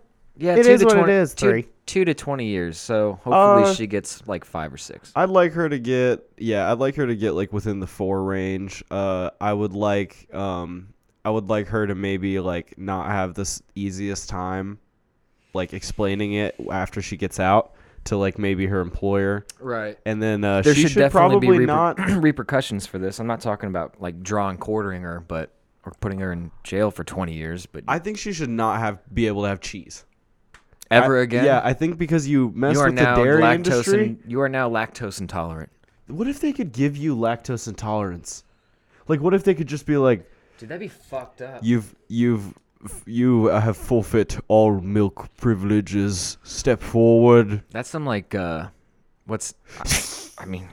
Speaker 3: Yeah,
Speaker 7: It
Speaker 3: two
Speaker 7: is
Speaker 3: to
Speaker 7: what it
Speaker 3: 20
Speaker 7: is,
Speaker 3: two-
Speaker 7: three.
Speaker 3: two to twenty years. So hopefully
Speaker 7: Uh,
Speaker 3: she gets like five or six.
Speaker 7: I'd like her to get yeah, I'd like her to get like within the four range. Uh I would like um I would like her to maybe like not have this easiest time like explaining it after she gets out to like maybe her employer.
Speaker 3: Right.
Speaker 7: And then uh
Speaker 3: There
Speaker 7: she
Speaker 3: should,
Speaker 7: should,
Speaker 3: definitely
Speaker 7: probably
Speaker 3: be reper- (clears throat)
Speaker 7: not
Speaker 3: repercussions for this. I'm not talking about like drawing quartering her, but or putting her in jail for twenty years. But
Speaker 7: I think she should not have be able to have cheese.
Speaker 3: ever
Speaker 7: I-
Speaker 3: again,
Speaker 7: Yeah, I think because you mess
Speaker 3: you are
Speaker 7: with the
Speaker 3: now
Speaker 7: dairy
Speaker 3: lactose.
Speaker 7: industry.
Speaker 3: in- you are now lactose intolerant.
Speaker 7: What if they could give you lactose intolerance? Like what if they could just be like
Speaker 3: Dude, that'd be fucked up.
Speaker 7: You've you've you have forfeit all milk privileges. Step forward.
Speaker 3: That's some like uh, what's I, I mean,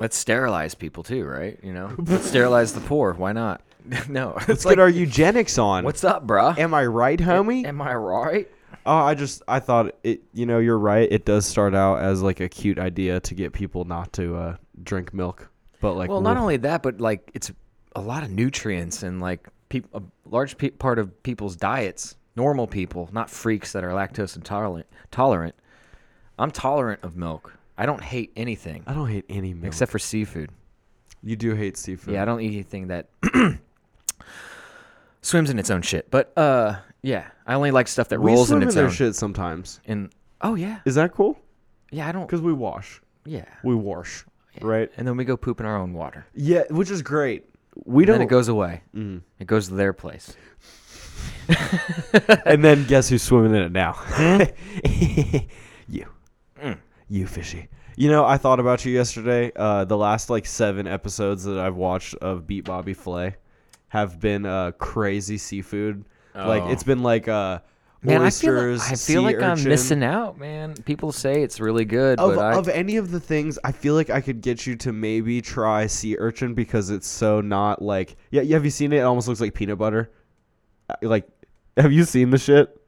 Speaker 3: let's sterilize people too, right? You
Speaker 7: (laughs)
Speaker 3: know, let's sterilize the poor. Why not? (laughs) no, it's
Speaker 7: Let's
Speaker 3: like
Speaker 7: get our eugenics on.
Speaker 3: what's up, bruh?
Speaker 7: Am I right, homie?
Speaker 3: Am I right?
Speaker 7: oh, I just I thought it. You know, you're right. It does start out as like a cute idea to get people not to uh, drink milk, but like
Speaker 3: Well, not
Speaker 7: we'll-
Speaker 3: only that, but like it's a lot of nutrients and like peop a large pe- part of people's diets. Normal people, not freaks that are lactose intolerant. Tolerant. I'm tolerant of milk. I don't hate anything
Speaker 7: I don't hate any milk.
Speaker 3: except for seafood.
Speaker 7: you do hate seafood.
Speaker 3: Yeah, I don't eat anything that (coughs) swims in its own shit. But uh, yeah, I only like stuff that
Speaker 7: we
Speaker 3: rolls
Speaker 7: swim
Speaker 3: in its
Speaker 7: their
Speaker 3: own.
Speaker 7: shit sometimes.
Speaker 3: And oh yeah,
Speaker 7: Is that cool?
Speaker 3: yeah, I don't.
Speaker 7: Because we wash.
Speaker 3: Yeah,
Speaker 7: We wash. Right.
Speaker 3: and then we go poop in our own water.
Speaker 7: Yeah, which is great. We
Speaker 3: Then
Speaker 7: don't.
Speaker 3: it goes away.
Speaker 7: Mm.
Speaker 3: It goes to their place.
Speaker 7: (laughs) and then guess who's swimming in it now?
Speaker 3: Hmm?
Speaker 7: (laughs) you. You fishy. You know, I thought about you yesterday. Uh, the last like seven episodes that I've watched of Beat Bobby Flay have been uh, crazy seafood. Like it's been like uh,
Speaker 3: Oh. Man,
Speaker 7: oysters,
Speaker 3: I feel, I feel
Speaker 7: sea
Speaker 3: like
Speaker 7: urchin.
Speaker 3: I'm missing out, man. People say it's really good,
Speaker 7: Of,
Speaker 3: but I,
Speaker 7: of any of the things, I feel like I could get you to maybe try sea urchin because it's so not like yeah. yeah, Have you seen it? It almost looks like peanut butter. Uh, Like, have you seen the shit?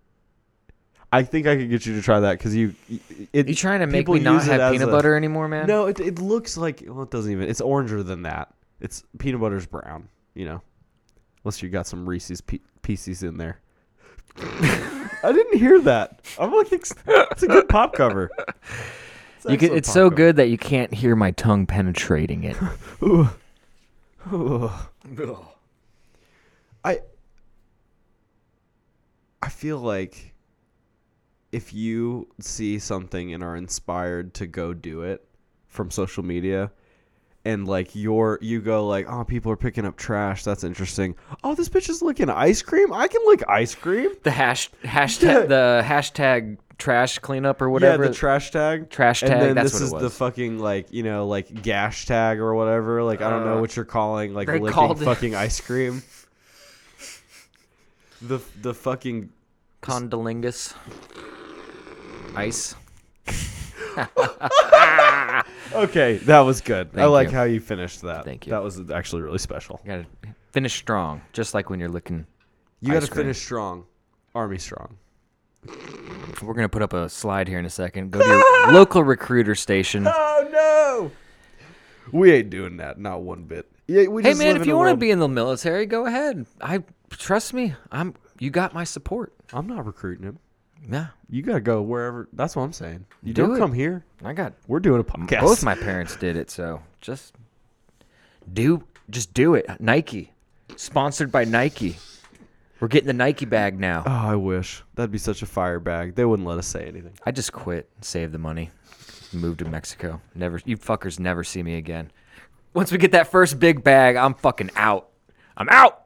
Speaker 7: I think I could get you to try that because you. It,
Speaker 3: you trying to make
Speaker 7: people
Speaker 3: me not
Speaker 7: use it
Speaker 3: have
Speaker 7: as
Speaker 3: peanut
Speaker 7: a-
Speaker 3: butter anymore, man?
Speaker 7: No, it, it looks like well, it doesn't even. It's oranger than that. It's peanut butter's brown, you know, unless you got some Reese's pe- pieces in there. (laughs) I didn't hear that. I'm like, ex- it's a good pop cover. (laughs) It's
Speaker 3: you can,
Speaker 7: excellent
Speaker 3: it's
Speaker 7: pop
Speaker 3: so
Speaker 7: cover.
Speaker 3: good that you can't hear my tongue penetrating
Speaker 7: (laughs)
Speaker 3: it.
Speaker 7: I I feel like if you see something and are inspired to go do it from social media and like you're you go like oh people are picking up trash that's interesting oh this bitch is licking ice cream i can lick ice cream
Speaker 3: the hash
Speaker 7: (laughs)
Speaker 3: hashtag the hashtag trash cleanup or whatever.
Speaker 7: yeah the trash tag
Speaker 3: Trash
Speaker 7: and
Speaker 3: tag,
Speaker 7: then
Speaker 3: that's
Speaker 7: this
Speaker 3: what
Speaker 7: is
Speaker 3: it
Speaker 7: the
Speaker 3: was.
Speaker 7: fucking like you know like gash tag or whatever like i don't know what you're calling like
Speaker 3: they
Speaker 7: licking
Speaker 3: Uh, called it-
Speaker 7: fucking
Speaker 3: (laughs)
Speaker 7: ice cream the the fucking
Speaker 3: Condolingus. Ice.
Speaker 7: Okay, that was good. I
Speaker 3: Thank
Speaker 7: like
Speaker 3: you.
Speaker 7: how you finished that.
Speaker 3: Thank you.
Speaker 7: That was actually really special.
Speaker 3: You gotta finish strong, just like when you're looking. Ice
Speaker 7: You got to
Speaker 3: cream.
Speaker 7: finish strong, army strong.
Speaker 3: We're gonna put up a slide here in a second. Go to
Speaker 7: (laughs)
Speaker 3: your local recruiter station.
Speaker 7: Oh no, we ain't doing that. Not one bit. Yeah, we
Speaker 3: Hey
Speaker 7: just
Speaker 3: man,
Speaker 7: live
Speaker 3: if
Speaker 7: in a
Speaker 3: you want to
Speaker 7: world-
Speaker 3: be in the military, go ahead. I trust me. I'm. You got my support.
Speaker 7: I'm not recruiting him.
Speaker 3: Yeah,
Speaker 7: You gotta go wherever. That's what I'm saying. You
Speaker 3: Do
Speaker 7: Do not
Speaker 3: it.
Speaker 7: come here.
Speaker 3: I got.
Speaker 7: We're doing a podcast.
Speaker 3: Both my parents did it, so just do. Just do it. Nike, sponsored by Nike. We're getting the Nike bag
Speaker 7: oh,
Speaker 3: now.
Speaker 7: I wish that'd be such a fire bag. They wouldn't let us say anything.
Speaker 3: I just quit. Save the money. Move to Mexico. Never. You fuckers never see me again. Once we get that first big bag, I'm fucking out. I'm out.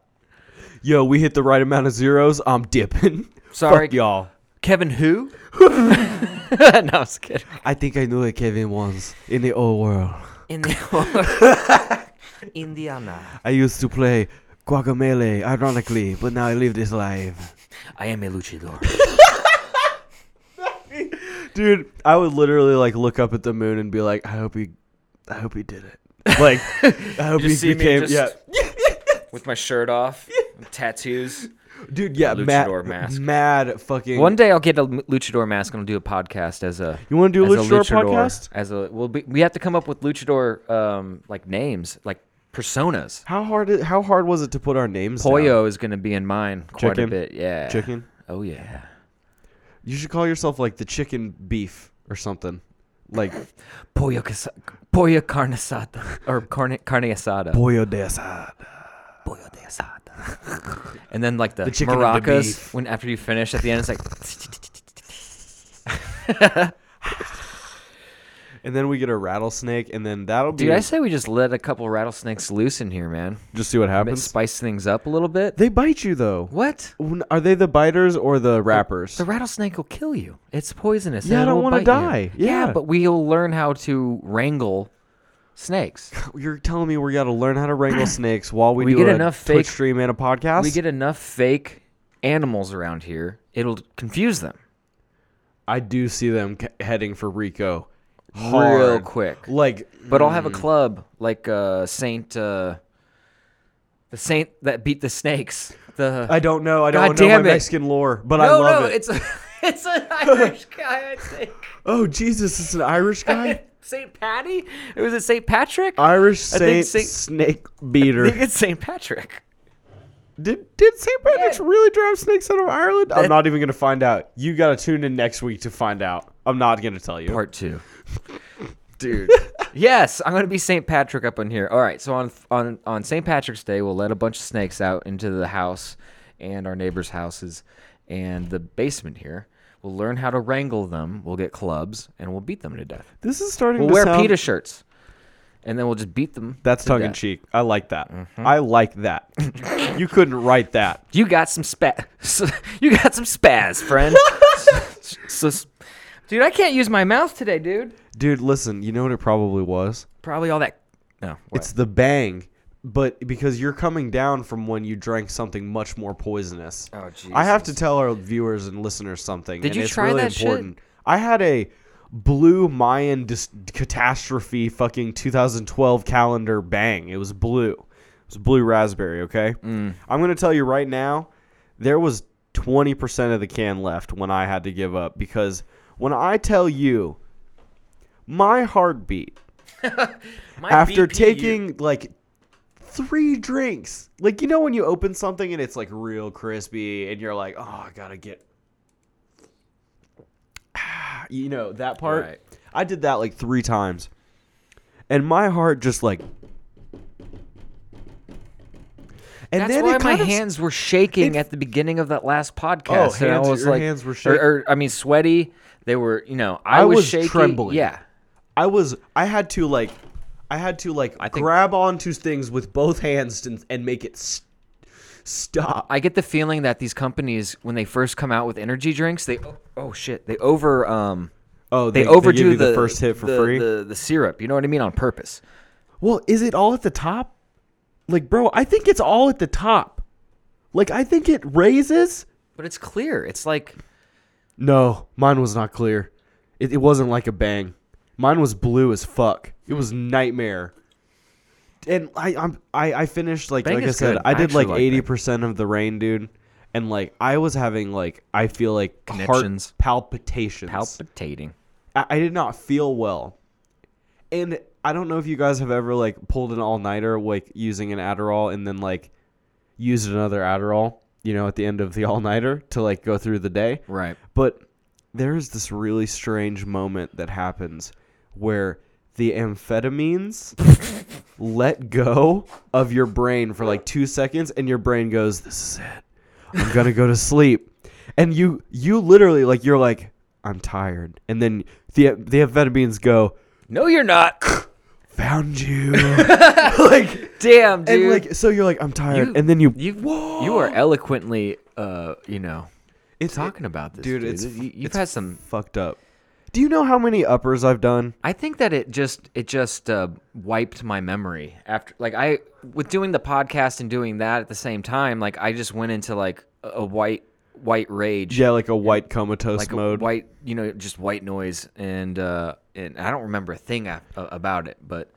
Speaker 7: Yo, we hit the right amount of zeros. I'm dipping. (laughs)
Speaker 3: Sorry.
Speaker 7: Fuck y'all.
Speaker 3: Kevin, (laughs) who? no, I was kidding.
Speaker 7: I think I knew a Kevin once in the old world.
Speaker 3: In
Speaker 7: (laughs)
Speaker 3: the Indiana,
Speaker 7: I used to play guacamole, ironically, but now I live this life.
Speaker 3: I am a luchador.
Speaker 7: Dude, I would literally like look up at the moon and be like, I hope he, I hope he
Speaker 3: (laughs)
Speaker 7: did it. Like, I hope he
Speaker 3: just see me
Speaker 7: became.
Speaker 3: just-
Speaker 7: yeah,
Speaker 3: with my shirt off, tattoos.
Speaker 7: dude, yeah,
Speaker 3: luchador
Speaker 7: mad,
Speaker 3: mask.
Speaker 7: mad fucking.
Speaker 3: One day I'll get a m- luchador mask and I'll do a podcast as a.
Speaker 7: You wanna do a
Speaker 3: as
Speaker 7: luchador podcast?
Speaker 3: As a well, we, we have to come up with luchador um like names like personas.
Speaker 7: How hard? i- How hard was it to put our names? down?
Speaker 3: Pollo is gonna be in mine quite
Speaker 7: Chicken?
Speaker 3: a bit. Yeah.
Speaker 7: Chicken?
Speaker 3: Oh yeah.
Speaker 7: You should call yourself like the chicken beef or something.
Speaker 3: (laughs)
Speaker 7: Like
Speaker 3: Pollo cas- pollo carne asada or carne carne asada.
Speaker 7: pollo de asada.
Speaker 3: pollo de asada. (laughs) and then like the,
Speaker 7: chicken and the
Speaker 3: maracas
Speaker 7: beef.
Speaker 3: when after you finish at the end it's like
Speaker 7: And then we get a rattlesnake, and then that'll be
Speaker 3: dude I say we just let a couple rattlesnakes loose in here man.
Speaker 7: just see what
Speaker 3: But
Speaker 7: happens.
Speaker 3: spice things up a little bit.
Speaker 7: They bite you though.
Speaker 3: what?
Speaker 7: When- Are they the biters or the rappers?
Speaker 3: The rattlesnake will kill you. It's poisonous.
Speaker 7: Yeah, I
Speaker 3: and
Speaker 7: don't
Speaker 3: want to
Speaker 7: die.
Speaker 3: Yeah.
Speaker 7: Yeah.
Speaker 3: but we'll learn how to wrangle
Speaker 7: (laughs)
Speaker 3: snakes.
Speaker 7: You're telling me we got to learn how to
Speaker 3: (coughs)
Speaker 7: wrangle snakes while we,
Speaker 3: We
Speaker 7: do
Speaker 3: get
Speaker 7: a
Speaker 3: enough
Speaker 7: Twitch
Speaker 3: fake-
Speaker 7: stream and a podcast.
Speaker 3: we get enough fake animals around here, it'll confuse them.
Speaker 7: I do see them c- heading for Rico,
Speaker 3: Real
Speaker 7: hard. Mm.
Speaker 3: quick.
Speaker 7: Like,
Speaker 3: But I'll have a club like uh, Saint, uh, the Saint that beat the snakes. The
Speaker 7: I don't know. I don't
Speaker 3: God
Speaker 7: know my
Speaker 3: damn it.
Speaker 7: Mexican lore, but I
Speaker 3: no,
Speaker 7: love
Speaker 3: no,
Speaker 7: it.
Speaker 3: it's a, (laughs) it's
Speaker 7: (laughs)
Speaker 3: an Irish guy. I think
Speaker 7: oh Jesus, it's
Speaker 3: (laughs)
Speaker 7: an Irish guy.
Speaker 3: Saint Patty. It was it Saint Patrick.
Speaker 7: Irish
Speaker 3: I think
Speaker 7: Saint,
Speaker 3: Saint-
Speaker 7: Snake
Speaker 3: I think
Speaker 7: Beater.
Speaker 3: it's Saint Patrick.
Speaker 7: Did did Saint Patrick's
Speaker 3: Yeah.
Speaker 7: really drive snakes out of Ireland? I'm
Speaker 3: That-
Speaker 7: not even gonna find out. You gotta tune in next week to find out. I'm not gonna tell you.
Speaker 3: part two.
Speaker 7: (laughs)
Speaker 3: Dude. yes, I'm gonna be St. Patrick up in here. All right, so on on on St. Patrick's Day, we'll let a bunch of snakes out into the house and our neighbors' houses and the basement here. We'll learn how to wrangle them. We'll get clubs and we'll beat them to death.
Speaker 7: this is starting
Speaker 3: We'll
Speaker 7: to
Speaker 3: wear
Speaker 7: sound
Speaker 3: pita shirts, and then we'll just beat them.
Speaker 7: That's
Speaker 3: to
Speaker 7: tongue in
Speaker 3: death.
Speaker 7: cheek. I like that. I like that. you couldn't write that.
Speaker 3: You got some spa. (laughs) you got some spaz,
Speaker 7: (laughs)
Speaker 3: friend. so, so- dude, I can't use my mouth today, dude.
Speaker 7: Dude, listen, you know what it probably was?
Speaker 3: Probably all that. No, what?
Speaker 7: It's the bang. but because you're coming down from when you drank something much more poisonous. Oh, I have to tell our viewers and listeners something.
Speaker 3: Did
Speaker 7: and
Speaker 3: you
Speaker 7: it's
Speaker 3: try
Speaker 7: really
Speaker 3: that shit?
Speaker 7: important. I had a blue Mayan dis- catastrophe fucking 2012 calendar bang. It was blue. It was blue raspberry, okay?
Speaker 3: Mm.
Speaker 7: I'm going to tell you right now, there was 20% of the can left when I had to give up because when I tell you my heartbeat
Speaker 4: My
Speaker 7: after
Speaker 4: BP
Speaker 7: taking like three drinks. Like you know when you open something and it's like real crispy and you're like, "Oh, I got to get (sighs) Ah, you know that part.
Speaker 3: Right.
Speaker 7: I did that like 3 times. And my heart just like And
Speaker 3: That's
Speaker 7: then
Speaker 3: why
Speaker 7: it
Speaker 3: my
Speaker 7: kind of s-
Speaker 3: hands were shaking
Speaker 7: it-
Speaker 3: at the beginning of that last podcast. and
Speaker 7: hands-
Speaker 3: I was
Speaker 7: your
Speaker 3: like,
Speaker 7: hands were
Speaker 3: or-
Speaker 7: shaking.
Speaker 3: Or, I mean, sweaty. They were, you know, I,
Speaker 7: I
Speaker 3: was,
Speaker 7: was
Speaker 3: shaky.
Speaker 7: trembling.
Speaker 3: Yeah,
Speaker 7: I was I had to like I had to like
Speaker 3: think-
Speaker 7: grab onto things with both hands and, and make it st- stop.
Speaker 3: I get the feeling that these companies, when they first come out with energy drinks, they oh, oh shit, they over um,
Speaker 7: Oh,
Speaker 3: they,
Speaker 7: they- they give
Speaker 3: overdo
Speaker 7: you
Speaker 3: the,
Speaker 7: the first hit for
Speaker 3: the-
Speaker 7: free?
Speaker 3: the, the syrup. You know what I mean on purpose.
Speaker 7: Well, is it all at the top? Like, bro, I think it's all at the top. Like, I think it raises.
Speaker 3: But it's clear. It's like
Speaker 7: No, mine was not clear. It, it wasn't like a bang. Mine was blue as fuck. It was nightmare. And I I'm, I I finished like
Speaker 3: Bang
Speaker 7: like I
Speaker 3: is
Speaker 7: said
Speaker 3: good.
Speaker 7: I
Speaker 3: I
Speaker 7: did
Speaker 3: actually
Speaker 7: like
Speaker 3: like
Speaker 7: eighty percent of the rain, dude. And like I was having like I feel like heart
Speaker 3: Conniptions.
Speaker 7: palpitations.
Speaker 3: palpitating.
Speaker 7: I, I did not feel well. And I don't know if you guys have ever like pulled an all nighter like using an Adderall and then like used another Adderall, you know, at the end of the (laughs) all nighter to like go through the day.
Speaker 3: Right.
Speaker 7: But there is this really strange moment that happens where the amphetamines let go of your brain for like two seconds and your brain goes, This is it. I'm gonna go to sleep. And you you literally like you're like, I'm tired. And then the the amphetamines go,
Speaker 3: No, you're
Speaker 7: (laughs)
Speaker 3: not. (laughs)
Speaker 7: Found you. like
Speaker 3: Damn, dude.
Speaker 7: and like so you're like, I'm tired.
Speaker 3: You-
Speaker 7: and then you
Speaker 3: you you are eloquently, uh, you know,
Speaker 7: it's
Speaker 3: talking about this,
Speaker 7: dude,
Speaker 3: dude.
Speaker 7: it's
Speaker 3: You- you've
Speaker 7: it's
Speaker 3: had some
Speaker 7: fucked up. Do you know how many uppers I've done?
Speaker 3: I think that it just it just uh, wiped my memory after like I with doing the podcast and doing that at the same time like I just went into like a a white white rage
Speaker 7: Yeah, like a white comatose
Speaker 3: like a
Speaker 7: mode.
Speaker 3: white you know just white noise and uh and I don't remember a thing af- uh, about it but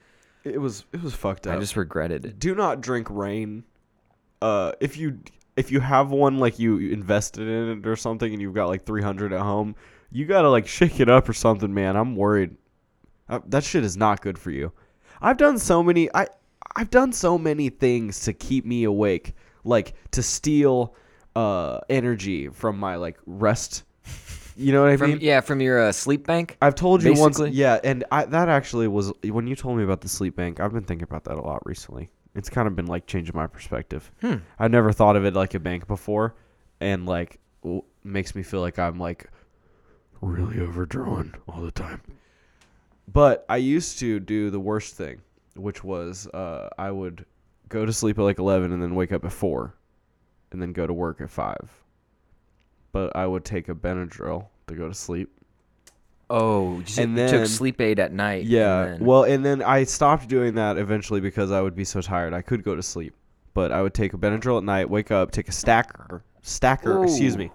Speaker 7: it was it was fucked up.
Speaker 3: I just regretted it
Speaker 7: do not drink rain. Uh, if you if you have one like you invested in it or something, and you've got like three hundred at home, you gotta like shake it up or something, man. I'm worried. Uh, that shit is not good for you. I've done so many. I I've done so many things to keep me awake, like to steal uh energy from my like rest. You know what I
Speaker 3: from
Speaker 7: mean?
Speaker 3: yeah from your uh, sleep bank
Speaker 7: I've told you
Speaker 3: Basically.
Speaker 7: once, yeah, and I, that actually was when you told me about the sleep bank. I've been thinking about that a lot recently. It's kind of been like changing my perspective. I never thought of it like a bank before, and like w- makes me feel like I'm like really overdrawn all the time. But I used to do the worst thing, which was uh, I would go to sleep at like eleven and then wake up at four, and then go to work at five. But I would take a Benadryl to go to sleep.
Speaker 3: oh you,
Speaker 7: And
Speaker 3: you
Speaker 7: then-
Speaker 3: took sleep aid at night
Speaker 7: Yeah.
Speaker 3: and then-
Speaker 7: well, and then I stopped doing that eventually because I would be so tired I could go to sleep, but I would take a Benadryl at night, wake up, take a stacker, stacker, excuse
Speaker 3: Ooh.
Speaker 7: me,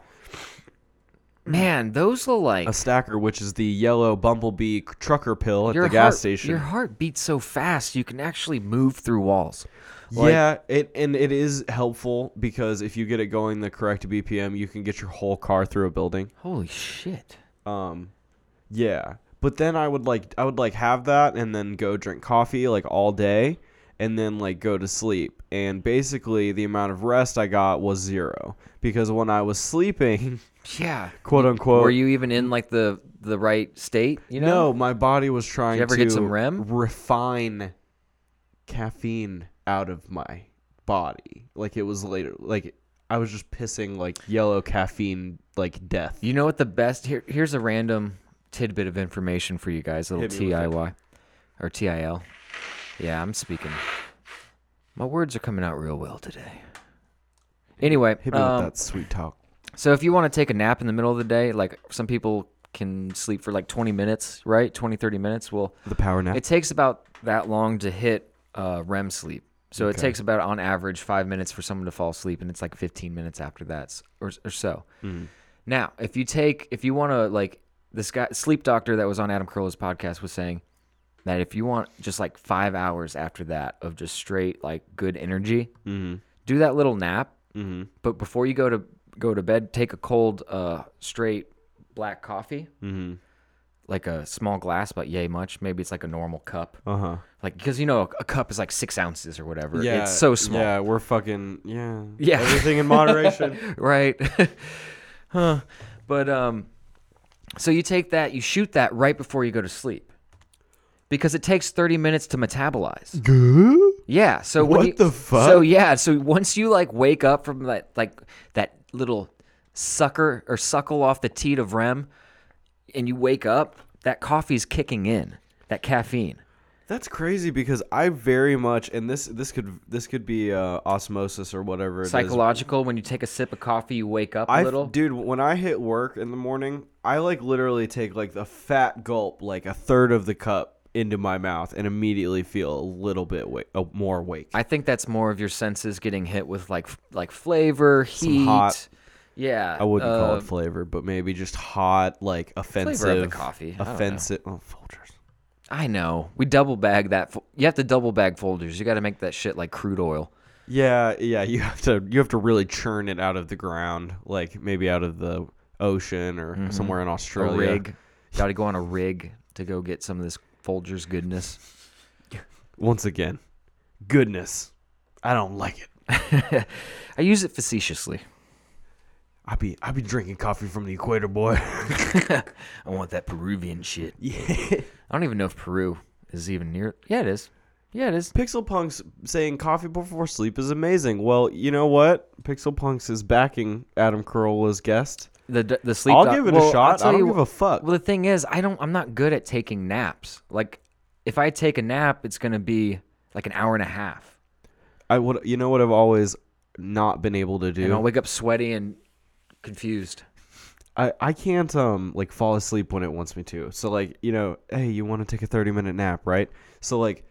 Speaker 3: man those look like
Speaker 7: a stacker, which is the yellow bumblebee c- trucker pill at
Speaker 3: your
Speaker 7: the
Speaker 3: heart,
Speaker 7: gas station.
Speaker 3: your heart beats so fast you can actually move through walls like-
Speaker 7: yeah, it and it is helpful because if you get it going the correct BPM, you can get your whole car through a building.
Speaker 3: holy shit.
Speaker 7: Um, yeah. But then I would like I would like have that and then go drink coffee like all day and then like go to sleep. And basically the amount of rest I got was zero because when I was sleeping, (laughs)
Speaker 3: Yeah.
Speaker 7: quote unquote,
Speaker 3: Were you even in like the the right state? You know.
Speaker 7: no, my body was trying
Speaker 3: ever
Speaker 7: to
Speaker 3: get some REM?
Speaker 7: refine caffeine out of my body. Like it was later like I was just pissing like yellow caffeine like death.
Speaker 3: You know what the best? Here, here's a random tidbit of information for you guys. A little TIY or TIL. Yeah, I'm speaking. My words are coming out real well today. Anyway,
Speaker 7: Hit me with
Speaker 3: um,
Speaker 7: that sweet talk.
Speaker 3: so if you want to take a nap in the middle of the day, like some people can sleep for like 20 minutes, right? 20, 30 minutes. Well,
Speaker 7: The power nap.
Speaker 3: It takes about that long to hit uh, REM sleep, So it takes about on average five minutes for someone to fall asleep, and it's like 15 minutes after that, s- or or so. Now, if you take, if you want to, like this guy, sleep doctor that was on Adam Carolla's podcast was saying that if you want just like five hours after that of just straight like good energy, do that little nap. Mm-hmm. But before you go to go to bed, take a cold, uh, straight black coffee, mm-hmm. like a small glass, but yay much. Maybe it's like a normal cup
Speaker 7: Uh huh.
Speaker 3: like because you know a, a cup is like six ounces or whatever.
Speaker 7: Yeah.
Speaker 3: it's so small,
Speaker 7: Yeah, we're fucking yeah.
Speaker 3: Yeah.
Speaker 7: Everything in moderation.
Speaker 3: (laughs) right? huh? But um, so you take that, you shoot that right before you go to sleep, because it takes thirty minutes to metabolize. Yeah. So when
Speaker 7: What
Speaker 3: you-
Speaker 7: the fuck?
Speaker 3: So yeah. So once you like wake up from that like that little sucker or suckle off the teat of REM, and you wake up, that coffee's kicking in, that caffeine.
Speaker 7: That's crazy because I very much and this this could this could be uh, osmosis or whatever. it is.
Speaker 3: Psychological. When you take a sip of coffee, you wake up a
Speaker 7: I
Speaker 3: little.
Speaker 7: dude, when I hit work in the morning, I like literally take like a fat gulp, like a third of the cup into my mouth, and immediately feel a little bit wa- uh, more awake.
Speaker 3: I think that's more of your senses getting hit with like like flavor, heat.
Speaker 7: hot-
Speaker 3: yeah,
Speaker 7: I wouldn't call
Speaker 3: uh,
Speaker 7: it flavor, but maybe just hot, like offensive.
Speaker 3: coffee, I don't know.
Speaker 7: Offensive. Oh, Folgers.
Speaker 3: I know. We double bag that. fo- You have to double bag folders. You got to make that shit like crude oil.
Speaker 7: Yeah, yeah. You have to you have to really churn it out of the ground, like maybe out of the ocean or somewhere in
Speaker 3: A
Speaker 7: Australia.
Speaker 3: rig. Got to go on a rig to go get some of this Folgers goodness.
Speaker 7: Once again, goodness, I don't like it.
Speaker 3: I use it facetiously. (laughs)
Speaker 7: I be I be drinking coffee from the equator, boy. (laughs)
Speaker 3: I want that Peruvian shit. Yeah. (laughs) I don't even know if Peru is even near. Yeah, it is. Yeah, it is.
Speaker 7: Pixel Punks saying coffee before sleep is amazing. Well, you know what? Pixel Punks is backing Adam Carolla's guest.
Speaker 3: The d- the sleep.
Speaker 7: I'll
Speaker 3: doc-
Speaker 7: give it a
Speaker 3: well, I'll
Speaker 7: shot.
Speaker 3: tell
Speaker 7: I don't
Speaker 3: you
Speaker 7: give
Speaker 3: wh-
Speaker 7: a fuck.
Speaker 3: Well, the thing is, I don't. I'm not good at taking naps. Like, if I take a nap, it's gonna be like an hour and a half,
Speaker 7: I would. You know what? I've always not been able to
Speaker 3: and I'll
Speaker 7: do.
Speaker 3: wake up sweaty and confused.
Speaker 7: I I can't um like fall asleep when it wants me to. So like you know, hey, you want to take a thirty minute nap, right? So like,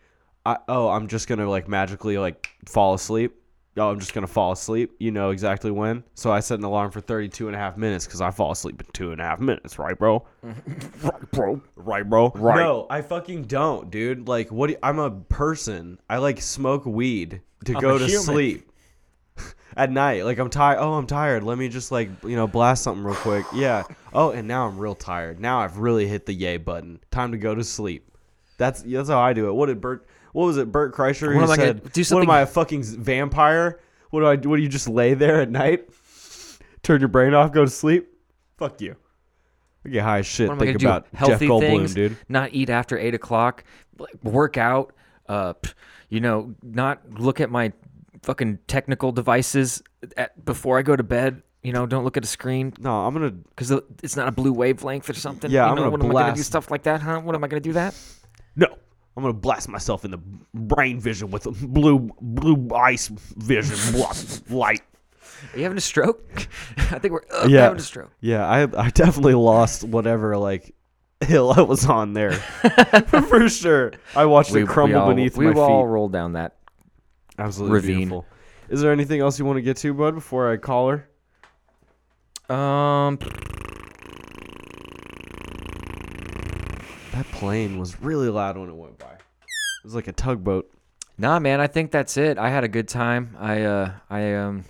Speaker 7: I oh, I'm just gonna like magically like fall asleep. Oh, I'm just gonna fall asleep. You know exactly when. So I set an alarm for 32 and a half minutes because I fall asleep in two and a half minutes, right, bro? (laughs) right, bro. Right, bro. Right. No, I fucking don't, dude. Like, what? Do you- I'm a person. I like smoke weed to go to sleep at night. Like I'm tired. Oh, I'm tired. Let me just like you know blast something real quick. Yeah. Oh, and now I'm real tired. Now I've really hit the yay button. Time to go to sleep. That's that's how I do it. What did Bert? What was it? Bert Kreischer who
Speaker 3: What am I gonna
Speaker 7: said,
Speaker 3: do
Speaker 7: "What
Speaker 3: something-
Speaker 7: am I a fucking z- vampire? What do I? do? What do you just lay there at night? Turn your brain off. Go to sleep. Fuck you. I get high as shit.
Speaker 3: What am I
Speaker 7: Think
Speaker 3: gonna
Speaker 7: about
Speaker 3: do? Healthy
Speaker 7: Jeff Goldblum,
Speaker 3: things,
Speaker 7: dude.
Speaker 3: Not eat after eight o'clock. like, Work out. Uh, pff, you know, not look at my fucking technical devices at, before I go to bed. You know, don't look at a screen
Speaker 7: No, I'm gonna.
Speaker 3: because it's not a blue wavelength or something.
Speaker 7: Yeah,
Speaker 3: you
Speaker 7: I'm
Speaker 3: know,
Speaker 7: gonna
Speaker 3: what am I gonna do?
Speaker 7: blast-
Speaker 3: Stuff like that, huh? What am I gonna do that?
Speaker 7: No. I'm gonna blast myself in the brain vision with blue blue ice vision blah, light.
Speaker 3: Are you having a stroke? (laughs) I think we're uh,
Speaker 7: yeah.
Speaker 3: having a stroke.
Speaker 7: Yeah, I I definitely lost whatever like hill I was
Speaker 3: (laughs)
Speaker 7: on there for sure. I watched it crumble
Speaker 3: all,
Speaker 7: beneath
Speaker 3: we
Speaker 7: my
Speaker 3: all
Speaker 7: feet.
Speaker 3: rolled down that.
Speaker 7: Absolutely
Speaker 3: ravine.
Speaker 7: beautiful. Is there anything else you want to get to, bud? Before I call her,
Speaker 3: Um,
Speaker 7: that plane was really loud when it went by. It was like a tugboat.
Speaker 3: nah, man, I think that's it. I had a good time. I uh, I um,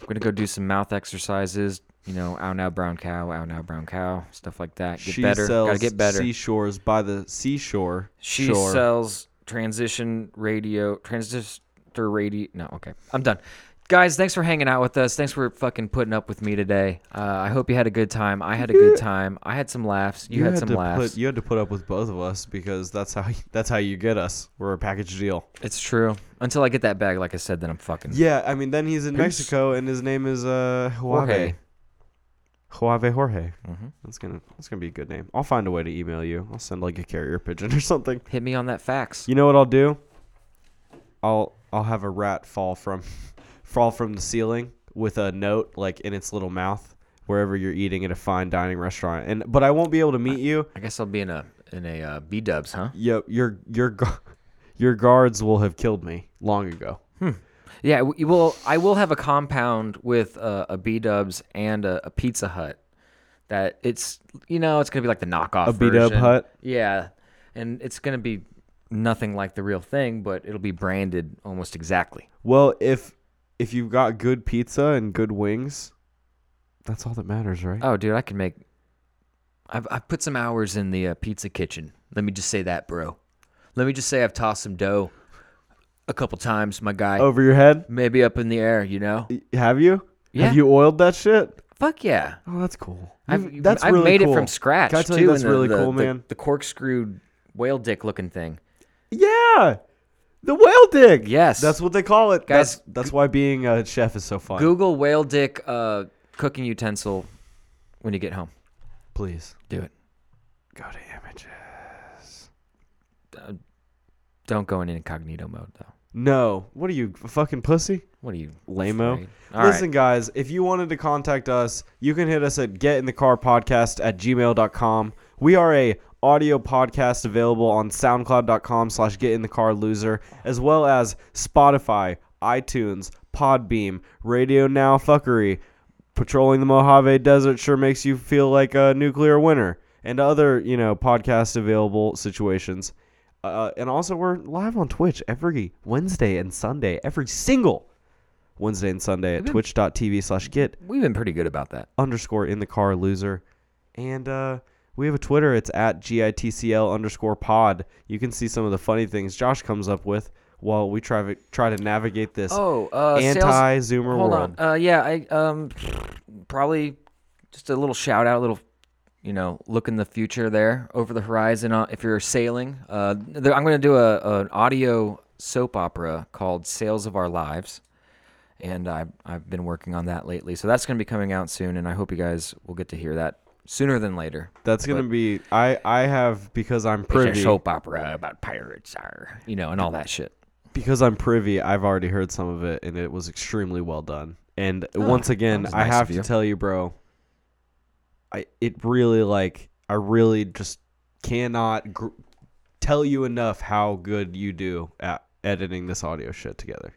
Speaker 3: I'm gonna go do some mouth exercises. You know, ow now brown cow, ow now brown cow, stuff like that. Get
Speaker 7: she
Speaker 3: better.
Speaker 7: sells
Speaker 3: Gotta get better.
Speaker 7: seashores by the seashore.
Speaker 3: She
Speaker 7: Shore.
Speaker 3: sells transition radio, transistor radio. No, okay, I'm done. Guys, thanks for hanging out with us. Thanks for fucking putting up with me today. Uh, I hope you had a good time. I had a good time. I had some laughs. You, had, some
Speaker 7: to
Speaker 3: laughs.
Speaker 7: Put, you had to put up with both of us because that's how that's how you get us. We're a package deal.
Speaker 3: It's true. Until I get that bag, like I said, then I'm fucking.
Speaker 7: Yeah, I mean, then he's in Mexico and his name is uh, Huave.
Speaker 3: Jorge.
Speaker 7: Huave Jorge. Mm-hmm. That's gonna that's gonna be a good name. I'll find a way to email you. I'll send like a carrier pigeon (laughs) or something.
Speaker 3: Hit me on that fax.
Speaker 7: You know what I'll do? I'll I'll have a rat fall from (laughs) fall from the ceiling with a note like in its little mouth wherever you're eating at a fine dining restaurant. And but I won't be able to meet you.
Speaker 3: I guess I'll be in a in a uh, B dubs, huh?
Speaker 7: Yep, your your gar- (laughs) your guards will have killed me long ago.
Speaker 3: Yeah, w- you will. I will have a compound with uh, a B Dubs and a, a Pizza Hut. That it's you know it's gonna be like the knockoff.
Speaker 7: A B-Dub
Speaker 3: version.
Speaker 7: Hut?
Speaker 3: Yeah, and it's gonna be nothing like the real thing, but it'll be branded almost exactly.
Speaker 7: Well, if if you've got good pizza and good wings, that's all that matters, right?
Speaker 3: Oh, dude, I can make. I've I put some hours in the uh, pizza kitchen. Let me just say that, bro. Let me just say I've tossed some dough a couple times, my guy.
Speaker 7: Over your head?
Speaker 3: Maybe up in the air, you know?
Speaker 7: Have you?
Speaker 3: Yeah.
Speaker 7: Have you oiled that shit?
Speaker 3: Fuck yeah.
Speaker 7: Oh, that's cool.
Speaker 3: I've,
Speaker 7: that's
Speaker 3: I've
Speaker 7: really
Speaker 3: made
Speaker 7: cool.
Speaker 3: it from scratch
Speaker 7: Can I tell
Speaker 3: too.
Speaker 7: you that's
Speaker 3: and the-
Speaker 7: really
Speaker 3: the-
Speaker 7: cool,
Speaker 3: the-
Speaker 7: man?
Speaker 3: The, corkscrew whale dick looking thing.
Speaker 7: yeah, the whale dig.
Speaker 3: Yes.
Speaker 7: that's what they call it,
Speaker 3: Guys,
Speaker 7: That's, that's why being a chef is so fun.
Speaker 3: Google whale dick uh, cooking utensil when you get home.
Speaker 7: please
Speaker 3: Do it.
Speaker 7: go to images.
Speaker 3: Don't go in incognito mode though.
Speaker 7: No, what are you, a fucking pussy?
Speaker 3: What are you,
Speaker 7: Lamo.
Speaker 3: afraid? All right.
Speaker 7: Listen, guys, if you wanted to contact us, you can hit us at getinthecarpodcast at gmail.com. We are a audio podcast available on soundcloud.com slash getinthecarloser, as well as Spotify, iTunes, Podbeam, Radio Now Fuckery. Patrolling the Mojave Desert sure makes you feel like a nuclear winter and other, you know, podcast available situations. Uh, and also, we're live on Twitch every Wednesday and Sunday, every single Wednesday and Sunday at twitch.tv slash get
Speaker 3: We've been pretty good about that.
Speaker 7: underscore in the car loser. And uh, we have a Twitter. It's at GITCL underscore pod. You can see some of the funny things Josh comes up with while we try, try to navigate this
Speaker 3: Oh, uh, sales-
Speaker 7: anti-Zoomer
Speaker 3: Hold
Speaker 7: world.
Speaker 3: on. Uh, yeah, I um, probably just a little shout out, a little, you know, look in the future there, over the horizon. Uh, if you're sailing, uh, there, I'm going to do a an audio soap opera called "Sales of Our Lives," and I've I've been working on that lately. So that's going to be coming out soon, and I hope you guys will get to hear that sooner than later.
Speaker 7: That's going to
Speaker 3: But
Speaker 7: be, I, I have, because I'm
Speaker 3: it's a
Speaker 7: privy,
Speaker 3: soap opera about pirates, are you know, and all that shit.
Speaker 7: because I'm privy, I've already heard some of it and it was extremely well done. And once again,
Speaker 3: Oh, was
Speaker 7: I
Speaker 3: nice
Speaker 7: have
Speaker 3: of
Speaker 7: to
Speaker 3: you.
Speaker 7: tell you, bro, I it really like I really just cannot gr- tell you enough how good you do at editing this audio shit together.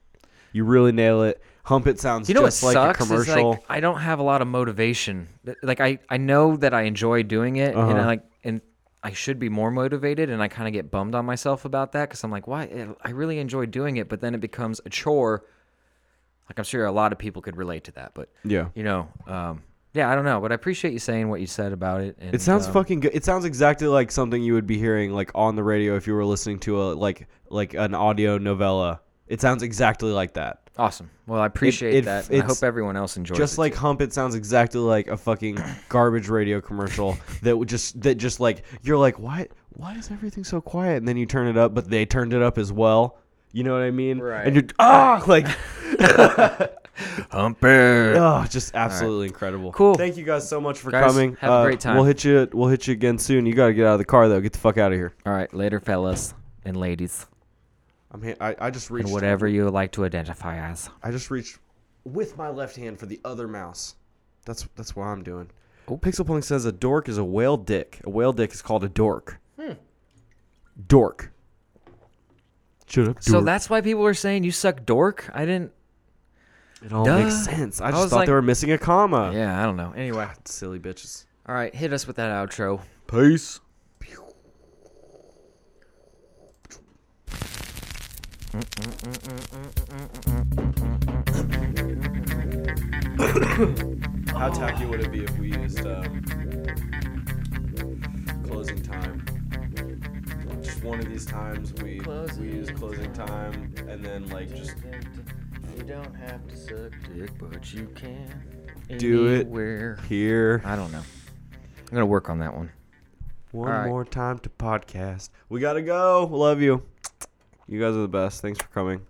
Speaker 7: You really nail it. Hump it sounds
Speaker 3: you know
Speaker 7: just
Speaker 3: what
Speaker 7: like
Speaker 3: sucks
Speaker 7: a commercial.
Speaker 3: is like I don't have a lot of motivation. Th- Like I, I know that I enjoy doing it, and I
Speaker 7: Uh-huh.
Speaker 3: like and I should be more motivated, and I kind of get bummed on myself about that because I'm like, why? eh, I really enjoy doing it, but then it becomes a chore. Like I'm sure a lot of people could relate to that, but
Speaker 7: yeah.
Speaker 3: you know, um, yeah, I don't know, but I appreciate you saying what you said about it. And,
Speaker 7: It sounds
Speaker 3: um,
Speaker 7: fucking good. It sounds exactly like something you would be hearing like on the radio if you were listening to a like like an audio novella. It sounds exactly like that.
Speaker 3: awesome. Well, I appreciate
Speaker 7: it-
Speaker 3: that. and I
Speaker 7: it's
Speaker 3: hope everyone else enjoys.
Speaker 7: just
Speaker 3: it
Speaker 7: like
Speaker 3: too.
Speaker 7: hump it sounds exactly like a fucking
Speaker 3: (coughs)
Speaker 7: garbage radio commercial that would just that just like you're like why why is everything so quiet and then you turn it up but they turned it up as well you know what i mean right and you're ah like (laughs)
Speaker 3: Humper.
Speaker 7: oh just absolutely incredible
Speaker 3: Cool.
Speaker 7: thank you guys so much for
Speaker 3: Guys,
Speaker 7: coming Uh,
Speaker 3: have a great time.
Speaker 7: we'll hit you we'll hit you again soon you gotta get out of the car though get the fuck out of here
Speaker 3: All right, later, fellas and ladies,
Speaker 7: i'm ha- I, I just
Speaker 3: and
Speaker 7: reached
Speaker 3: whatever you like to identify as.
Speaker 7: i just reached with my left hand for the other mouse that's that's what i'm doing Pixel Punk says a dork is a whale dick. A whale dick is called a dork. Hmm. Dork. Shut up, dork.
Speaker 3: So that's why people are saying you suck dork. I didn't.
Speaker 7: it all
Speaker 3: duh.
Speaker 7: makes sense. I
Speaker 3: I
Speaker 7: just
Speaker 3: was
Speaker 7: thought they
Speaker 3: like-
Speaker 7: were missing a comma.
Speaker 3: Yeah, I don't know. Anyway,
Speaker 7: God, silly bitches.
Speaker 3: all right, hit us with that outro.
Speaker 7: Peace. How tacky would it be if we used um, closing time? Just one of these times we we use closing time, and then like just
Speaker 4: You don't have to suck dick, but you can.
Speaker 7: Do it.
Speaker 3: Where?
Speaker 7: here.
Speaker 3: I don't know. I'm gonna work on that one.
Speaker 7: One
Speaker 3: Alright.
Speaker 7: more time to podcast. We gotta go. Love you. You guys are the best. Thanks for coming.